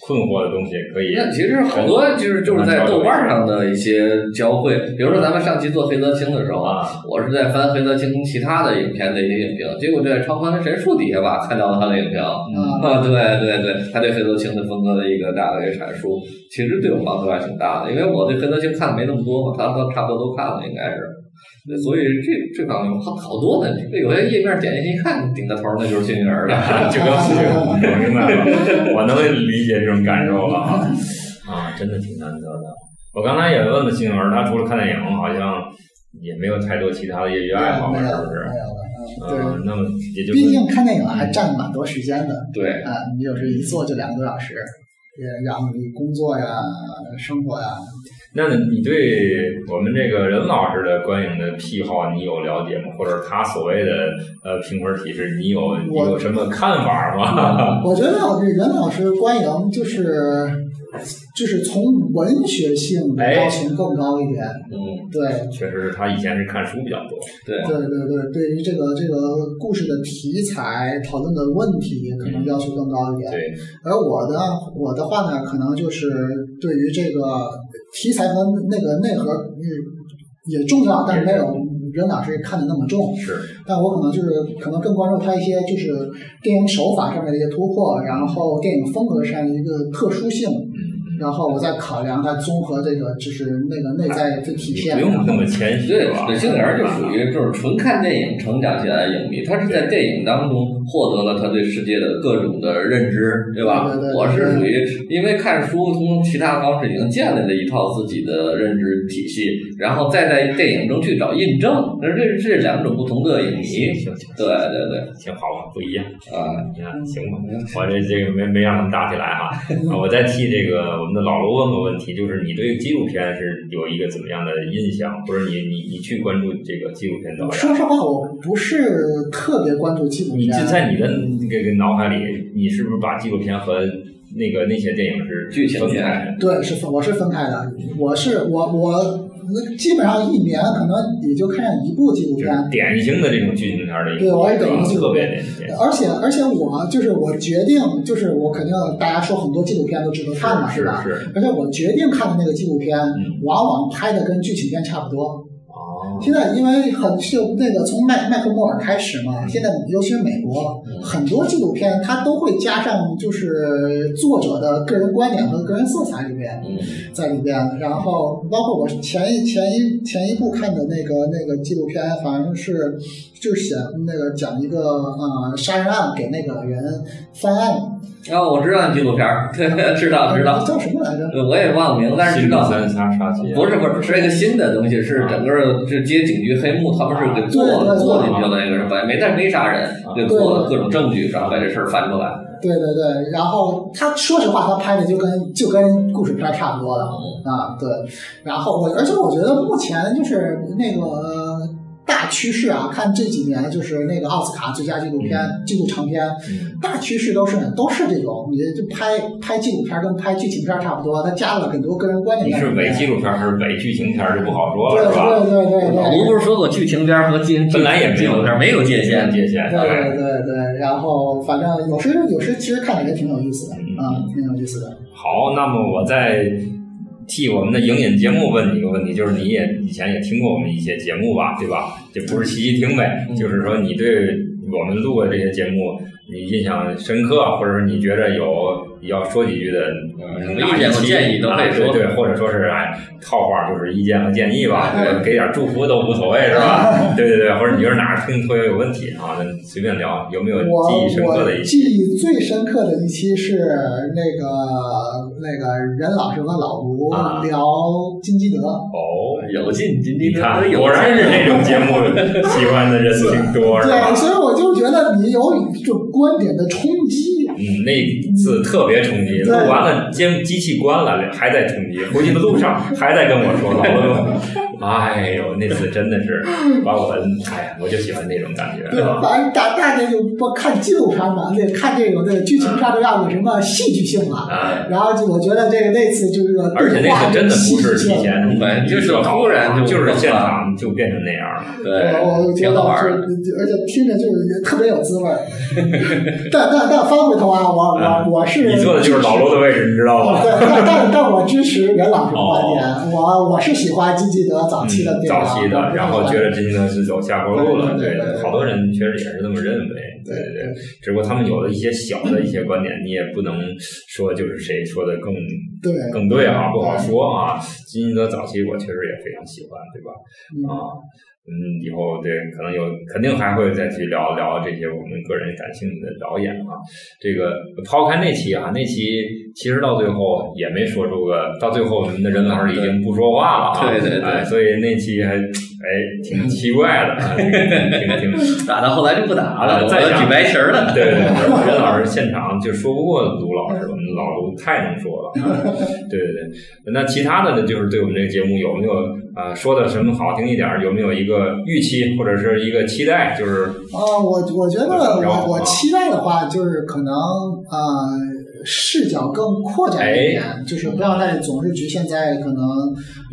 S1: 困惑的东西可以
S3: 你？看，其实好多就是就是在豆瓣上的一些交汇，比如说咱们上期做黑泽清的时 候啊，我是在翻黑泽清其他的影片的一些影评，结果就在《超凡神树》底下吧看到了他的影评。
S1: 嗯
S2: 啊
S3: 啊，对对对，他对黑泽清的风格的一个大的一个阐述，其实对我帮助还挺大的，因为我对黑泽清看的没那么多嘛，他都差不多都看了，应该是。那所以这这方面好好多呢，这有些页面点进去一看，顶个头那就是幸运儿了。
S1: 这个事情我明白了，我能理解这种感受了 啊啊，真的挺难得的。我刚才也问了星儿，他除了看电影，好像也没有太多其他的业余爱好
S2: 没
S1: 了，
S2: 有
S1: 是
S2: 没有
S1: 不是？
S2: 没有没有
S1: 嗯，那么也就
S2: 对，
S1: 是
S2: 毕竟看电影还占蛮多时间的
S3: 对，
S2: 啊，你有时一坐就两个多小时，也然后你工作呀、生活呀，
S1: 那你对我们这个任老师的观影的癖好，你有了解吗？或者他所谓的呃评分体制，你有你有什么看法吗？
S2: 我觉得我这任老师观影就是就是从文学性的要求更高一点，
S3: 嗯，
S2: 对。
S1: 确实是他以前是看书比较多，
S3: 对。
S2: 对对对，对于这个这个故事的题材、讨论的问题，可能要求更高一点。
S1: 对，
S2: 而我的我的话呢，可能就是对于这个题材和那个内核，嗯，也重要，但是没有任老师看的那么重。
S1: 是
S2: 但我可能就是可能更关注他一些就是电影手法上面的一些突破，然后电影风格上的一个特殊性，
S1: 嗯，
S2: 然后我再考量它综合这个就是那个内在的体
S1: 你
S2: 现。
S1: 不用那么谦虚
S3: 对
S1: 吧？，
S3: 对，杏仁就属于就是纯看电影成长起来的影迷，他是在电影当中获得了他对世界的各种的认知，对吧？
S2: 对对对
S3: 我是属于因为看书，通过其他方式已经建立了一套自己的认知体系，然后再在电影中去找印证，那这是两种不同的影迷。
S1: 啊行行行，
S3: 对对对，
S1: 行，好吧，不一样，
S3: 啊，
S1: 你看行吧，我这这个没没让他们打起来哈、啊。我再替这个我们的老罗问个问题，就是你对纪录片是有一个怎么样的印象，或者你你你去关注这个纪录片导演？
S2: 说实话，我不是特别关注纪录
S1: 你
S2: 片
S1: 就。在你的那个脑海里，你是不是把纪录片和那个那些电影是
S3: 剧情
S1: 分
S3: 片
S1: 开的？
S2: 对，是分我是分开的，我是我我基本上一年可能也就看上一部纪录
S1: 就
S2: 片，
S1: 是典型的这种剧情片的一个，
S2: 嗯对我也懂纪
S1: 特
S2: 录
S1: 别
S2: 片
S1: 典型。
S2: 而且而且我就是我决定就是我肯定大家说很多纪录片都值得看嘛，
S1: 是
S2: 吧？
S1: 是
S2: 而且我决定看的那个纪录片，
S1: 嗯
S2: 往往拍的跟剧情片差不多。
S1: 哦，
S2: 现在因为很是那个从麦麦克莫尔开始
S1: 嗯
S2: 嘛，现在尤其是美国
S3: 嗯
S2: 很多纪录片，它都会加上就是作者的个人观点和个人色彩里边
S3: 嗯，
S2: 在里边，然后包括我前一前一前一部看的那个那个纪录片，反正是就是写那个讲一个呃杀人案给那个人翻案，
S3: 然后我知道纪录片儿， 对，知道啊知道，
S2: 叫什么来着？
S3: 对我也忘了名，但是知
S1: 新
S3: 道
S1: 的三杀杀啊妻
S3: 不是不是，是一个新的东西，是整个就街景区黑幕，他们是给做
S2: 对对
S3: 做进去的那个人，反正没但没杀人，就做了
S2: 对
S3: 各种证据，然后把这事儿翻出来。
S2: 对对对，然后他说实话，他拍的就跟就跟故事片差不多了
S3: 哦
S2: 啊，对。然后我，而且我觉得目前就是那个呃大趋势啊，看这几年就是那个奥斯卡最佳纪录片、纪录长片，
S1: 嗯
S2: 大趋势都是都是这种，你就拍拍纪录片跟拍剧情片差不多，他加了很多个人观点
S1: 你
S2: 在
S1: 是
S2: 里
S1: 伪
S2: 面。
S1: 纪录片还是伪剧情片就不好说
S2: 对
S1: 了，是吧？
S2: 对对对
S3: 老
S2: 对
S3: 吴。不是说过剧情片儿和纪
S1: 本来也没
S3: 纪
S1: 有
S3: 录片儿没有界限，
S1: 界限，
S2: 对对
S3: 嗯
S2: 对对，然后反正有时有时其实看起来挺有意思的
S1: 嗯
S2: 啊、挺有意思的。
S1: 好，那么我再替我们的影影节目问你一个问题，就是你也以前也听过我们一些节目吧，对吧？这不是洗洗听呗，
S3: 嗯
S1: 就是说你对我们录的这些节目，你印象深刻，或者是你觉着有要说几句的，
S3: 嗯
S1: 哪
S3: 意见
S1: 一
S3: 和
S1: 期
S3: 建议都可以
S1: 啊
S3: 说
S1: 对对，或者说是哎，套话就是意见和建议吧，
S3: 啊对啊
S1: 给点祝福都无所谓是吧？对对对，或者你觉得哪儿听特别有问题啊，那随便聊，有没有
S2: 我
S1: 记忆深刻的一
S2: 我
S1: 期？
S2: 记忆最深刻的一期是那个那个任老师和老吴
S1: 啊
S2: 聊金基德，
S1: 哦，
S3: 有进金
S1: 你
S3: 金
S1: 看，
S3: 有
S1: 果然是这种 节目喜欢的人挺多是吧
S2: 对，？所以我就觉得你有一种观点的冲击。
S1: 嗯，那次特别冲击，录
S2: 对
S1: 完了，监机器关了，还在冲击，回去的路上还在跟我说老罗，哎呦，那次真的是把我，哎呀，我就喜欢那种感觉
S2: 对，
S1: 啊。
S2: 反正大大家就不看纪录片嘛，那看这种的剧情上都要有什么戏剧性嘛。
S1: 啊，
S2: 然后就我觉得这个那次就是个
S1: 而且那次真的不是提前
S3: 嗯，反正就是突然就
S1: 就是现场就变成那样了。
S3: 对
S2: 我我，觉
S3: 挺
S2: 得
S3: 好玩儿的。
S2: 就就而且听着就是特别有滋 味儿。但但但翻回头啊，我
S1: 啊
S2: 我我是
S1: 你坐的就是老罗的位置，你知道吗？
S2: 对，但但但我支持任老师的观点，我我是喜欢金基德早期的啊
S1: 嗯
S2: 对吧
S1: 早期的，然后觉得真的是走下坡路了。
S2: 对对
S1: 对
S2: 对对，
S1: 好多人确实也是这么认为。对
S2: 对
S1: 对对，只不过他们有的一些小的一些观点，你也不能说就是谁说的更
S2: 对，
S1: 更对啊，不好说啊。金一德早期我确实也非常喜欢，对吧？
S2: 嗯，
S1: 啊，嗯，以后对，可能有，肯定还会再去聊聊这些我们个人感兴趣的导演啊。这个抛开那期啊，那期其实到最后也没说出个，到最后我们的任老师已经不说话了啊。
S3: 对对对
S1: 哎，所以那期还哎挺奇怪的，啊挺挺挺。
S3: 打到后来就不打
S1: 啊
S3: 了，我
S1: 再
S3: 要
S1: 讲
S3: 举白旗儿 了。
S1: 对对对，任老师现场就说不过卢老师，我们老卢太能说了。啊 对对对，那其他的呢，就是对我们这个节目有没有啊、呃说的什么好听一点儿？有没有一个预期或者是一个期待？就是
S2: 啊，我我觉得
S1: 然后
S2: 我
S1: 啊
S2: 我期待的话就是可能呃视角更扩展一
S1: 哎
S2: 点，就是不要再总是局限在可能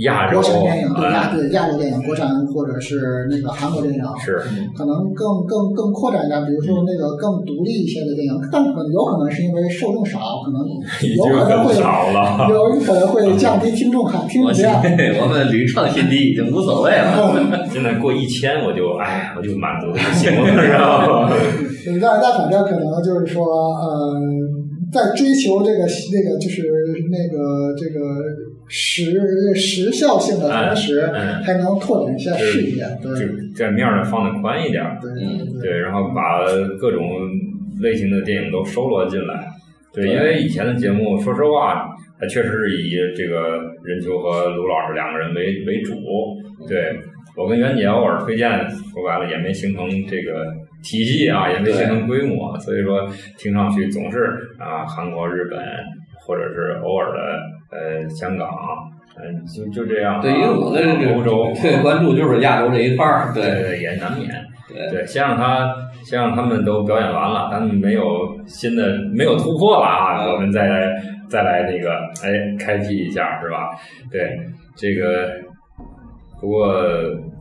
S1: 亚洲
S2: 国产电影对亚
S1: 啊、
S2: 对亚洲电影、国产或者是那个韩国电影，
S1: 是
S2: 可能更更更扩展一点，比如说那个更独立一些的电影，但可能有可能是因为受众少，可能
S1: 已
S2: 有
S1: 经
S2: 可能
S1: 很
S2: 会
S1: 少了。
S2: 有可能会降低听众看听
S3: 我
S2: 众
S3: 现
S2: 量。
S3: 在我们屡创新低，已经无所谓了。
S1: 现在过一千我就哎呀，我就满足了，行了，知道吗？
S2: 嗯那那反正可能就是说，呃，在追求这个那个就是那个这个时时效性的同时，
S1: 嗯，
S2: 还能拓展一下视野，对
S1: 就这面儿呢放的宽一点儿。
S2: 对对
S1: 对，然后把各种类型的电影都收罗进来。对，
S3: 对
S1: 因为以前的节目，说实话，它确实是以这个任秋和卢老师两个人为为主。对我跟袁姐偶尔推荐，说白了也没形成这个体系啊，也没形成规模，所以说听上去总是啊，韩国、日本，或者是偶尔的呃香港，嗯、就就这样啊、
S3: 对，因为我的这个
S1: 欧洲
S3: 最关注就是亚洲这一块儿。
S1: 对
S3: 对
S1: 对，也难免。
S3: 对
S1: 对，先让他先让他们都表演完了，咱们没有新的没有突破了啊，
S3: 嗯
S1: 我们再来再来那个哎开辟一下是吧？对，这个不过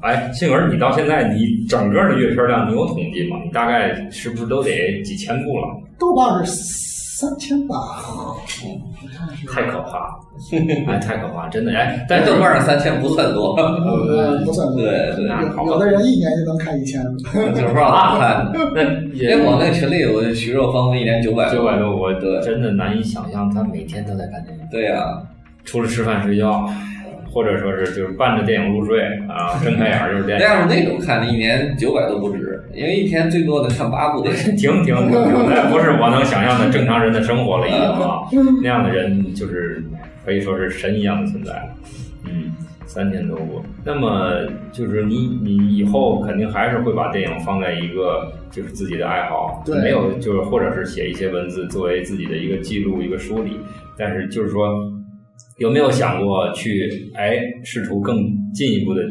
S1: 哎，杏儿，你到现在你整个的阅片量你有统计吗？你大概是不是都得几千部了？
S3: 嗯
S2: 豆瓣是三千吧，
S1: 太可 怕了，哎，太可怕，真的哎，但
S3: 但
S1: 是
S3: 豆瓣儿三千不算多，
S2: 呃，不算多。
S3: 对对
S2: 有有的人一年就能看一千，
S3: 就是不知道咋 看。
S1: 那
S3: 因
S1: 也
S3: 为我那个群里有个徐若芳，一年九百
S1: 九百多，我
S3: 对
S1: 真的难以想象他每天都在干这个。
S3: 对呀，
S1: 除了吃饭睡觉，或者说是就是伴着电影入睡啊，睁开眼儿就是电
S3: 那
S1: 影。
S3: 要是那种看的，一年九百都不止，因为一天最多的看八部电影。
S1: 停停停停，那不是我能想象的正常人的生活了，已经啊，那样的人就是可以说是神一样的存在了。嗯，三千多部，那么就是你你以后肯定还是会把电影放在一个就是自己的爱好，
S2: 对
S1: 没有就是或者是写一些文字作为自己的一个记录一个梳理，但是就是说，有没有想过去哎试图更进一步的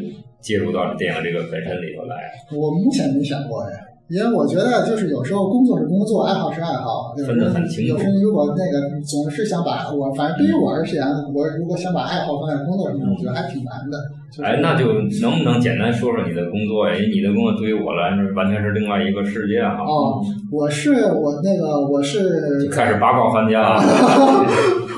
S1: 介入到电影这个本身里头来？
S2: 我目前没想过呀，因为我觉得就是有时候工作是工作，爱好是爱好，有时
S1: 分得很清楚
S2: 有时候如果那个总是想把我，反正对于我而言，我如果想把爱好放在工作上面，我觉得还挺难的。就是、
S1: 哎，那就能不能简单说说你的工作呀？因为你的工作对于我来说完全是另外一个世界啊！
S2: 哦，我是我那个我是
S1: 开始八卦环家啊 了，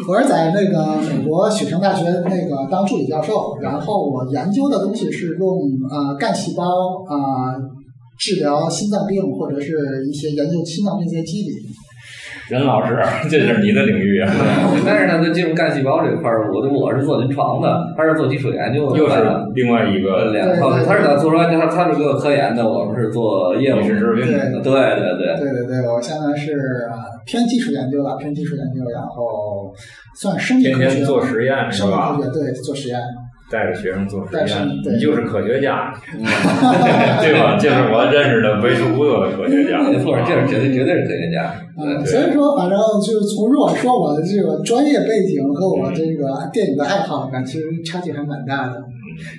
S2: 我是在那个美国雪城大学那个当助理教授，然后我研究的东西是用呃干细胞啊、呃治疗心脏病或者是一些研究心脏病这些机理。
S1: 任老师，这是你的领域 啊，
S3: 但是他就进入干细胞这块儿，我的我是做临床的，他是做基础研究的，
S1: 又是另外一
S3: 呃
S1: 个，
S3: 两套，
S2: 对对
S3: 他是做出来，他他是做科研的，我们是做业务
S1: 你是治病的，
S3: 的，对对对。
S2: 对对对，我现在是呃偏技术研究了，偏技术研究，然后算生命
S1: 天
S2: 科学吧，啊
S1: 天做实验是
S2: 生命
S1: 吧
S2: 科？学对做实验，
S1: 带着学生做实
S2: 带
S1: 验
S2: 生，对
S1: 你就是科学 家，
S3: 嗯
S1: 对吧？这是我认识的为数不多的科学家。
S3: 没错，这是绝对绝对是科学家。对，
S2: 嗯，所以说反正就是从如果说我的这个专业背景和我这个电影的爱好感，其实差距还蛮大的。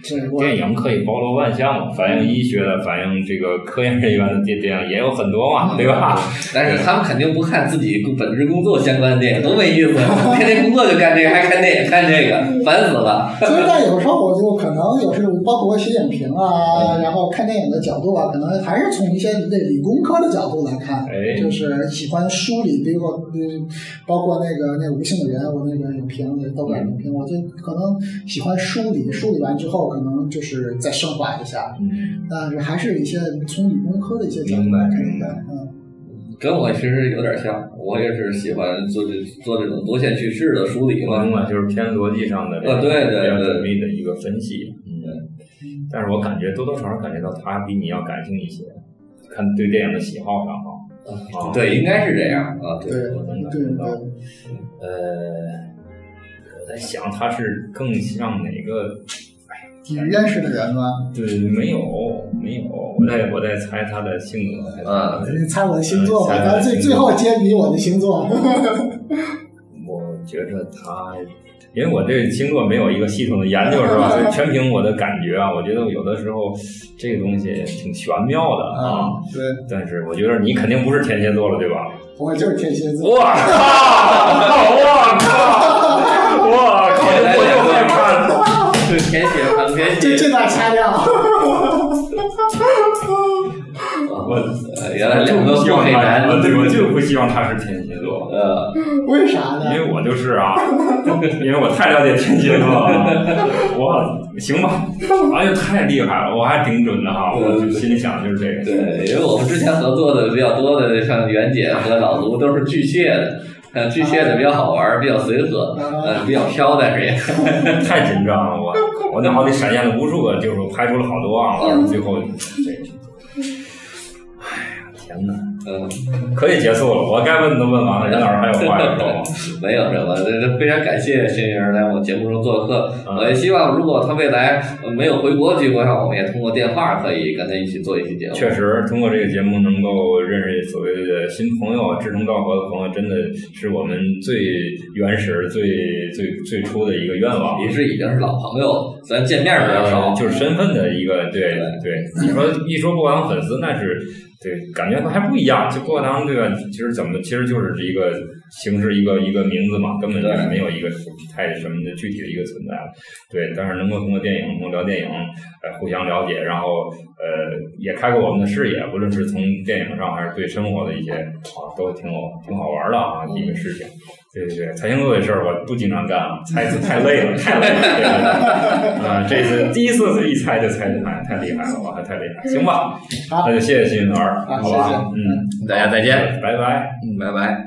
S2: 对，
S1: 嗯
S2: 我
S1: 电影可以包罗万象嘛，反映医学的，反映这个科研人员的电电影也有很多
S3: 嗯
S1: 嘛，对吧？
S3: 但是他们肯定不看自己本职工作相关的电影，多没意思！ 天天工作就干这个，还看电影，看这个，烦死了。
S2: 所以，但有时候我就可能有时候，包括我写影评啊，然后看电影的角度啊，可能还是从一些理理工科的角度来看，
S1: 哎
S2: 就是喜欢梳理，比如我，嗯包括那个那无性的人，我那个影评也豆瓣影评，我就可能喜欢梳理，梳理完之后，可能就是再升华一下，
S1: 嗯，
S2: 但是还是一些从理工科的一些角度
S1: 明白
S2: 来看
S1: 明
S2: 的
S1: 白，
S2: 嗯，
S3: 跟我其实有点像，我也是喜欢做这做这种多线叙事的梳理
S1: 我
S3: 嘛
S1: 明。白，就是偏逻辑上的这个
S3: 啊对对
S1: 比较
S3: 对
S1: 缜密的一个分析。嗯，但是我感觉多多少少感觉到他比你要感性一些，看对电影的喜好上哈。啊，
S3: 对，应该是这样啊。对
S2: 对，
S1: 我能 感
S2: 对
S1: 觉到。
S2: 对，
S1: 呃，我在想他是更像哪个？哎，
S2: 你
S1: 天哪
S2: 认识的人吗？
S1: 对，没有没有，我在我在猜他的性格。
S3: 啊
S2: 你猜我的星座
S1: 嗯
S2: 吧，
S1: 猜
S2: 反正
S1: 我的
S2: 最
S1: 星
S2: 最
S1: 座
S2: 后揭谜我的星座。
S1: 我觉着他，因为我对星座没有一个系统的研究，是吧？所以全凭我的感觉啊。我觉得有的时候这个东西挺玄妙的 啊。
S2: 啊，对，
S1: 但是我觉得你肯定不是天蝎座了，对吧？
S2: 我就是天蝎座。
S1: 我靠！我靠！我靠！我就害怕。
S3: 天蝎盘天
S2: 这
S3: 蝎
S2: 这段掐 掉。
S3: 啊，原来两个
S1: 不希
S3: 双
S1: 望
S3: 黑
S1: 他，
S3: 男。
S1: 我对我就不希望他是天蝎座，
S3: 呃，
S2: 为啥
S1: 因
S2: 呢？
S1: 为我就是啊，因为我太了解天蝎座了。我行吧，哎呀，太厉害了，我还挺准的哈。我就心里想的就是这个。
S3: 对，因为我们之前合作的比较多的，像袁姐和老卢都是巨蟹的，呃，巨蟹的比较好玩儿，比较随和，呃，比较飘，但是也
S1: 太紧张了，我我那好得闪现了无数个，就是我排除了好多啊，完了最后这，哎呀天哪，
S3: 嗯，
S1: 可以结束了，我该问的都问完了，任老师还有话要说啊吗？
S3: 没有什么。这这非常感谢星云儿来我节目中做客，
S1: 嗯
S3: 我也希望如果他未来呃没有回国去，我想我们也通过电话可以跟他一起做一期节目。
S1: 确实，通过这个节目能够认识所谓的新朋友、志同道合的朋友，真的是我们最原始、最最最初的一个愿望。啊
S3: 也是已经是老朋友，咱见面儿比较少，
S1: 嗯呃就是身份的一个对对。你说一说过堂粉丝，那是对，感觉还不一样。就过堂对吧？其实怎么，其实就是一个形式，一个一个名字嘛，根本就
S3: 对
S1: 没有一个太什么的具体的一个存在。对，但是能够通过电影，通过聊电影，呃，互相了解，然后呃，也开阔我们的视野，无论是从电影上还是对生活的一些啊，都挺有挺好玩的啊一个事情。对对对，猜星座这事儿我不经常干啊，猜一次太累了，太累了。对对对啊，这次第一次是一猜就猜出来，太厉害了，我还太厉害，行吧？
S2: 好
S1: 那就谢谢新云老师，
S2: 好
S1: 好吧？嗯，
S3: 大家再见，
S1: 拜拜。
S3: 嗯，拜拜。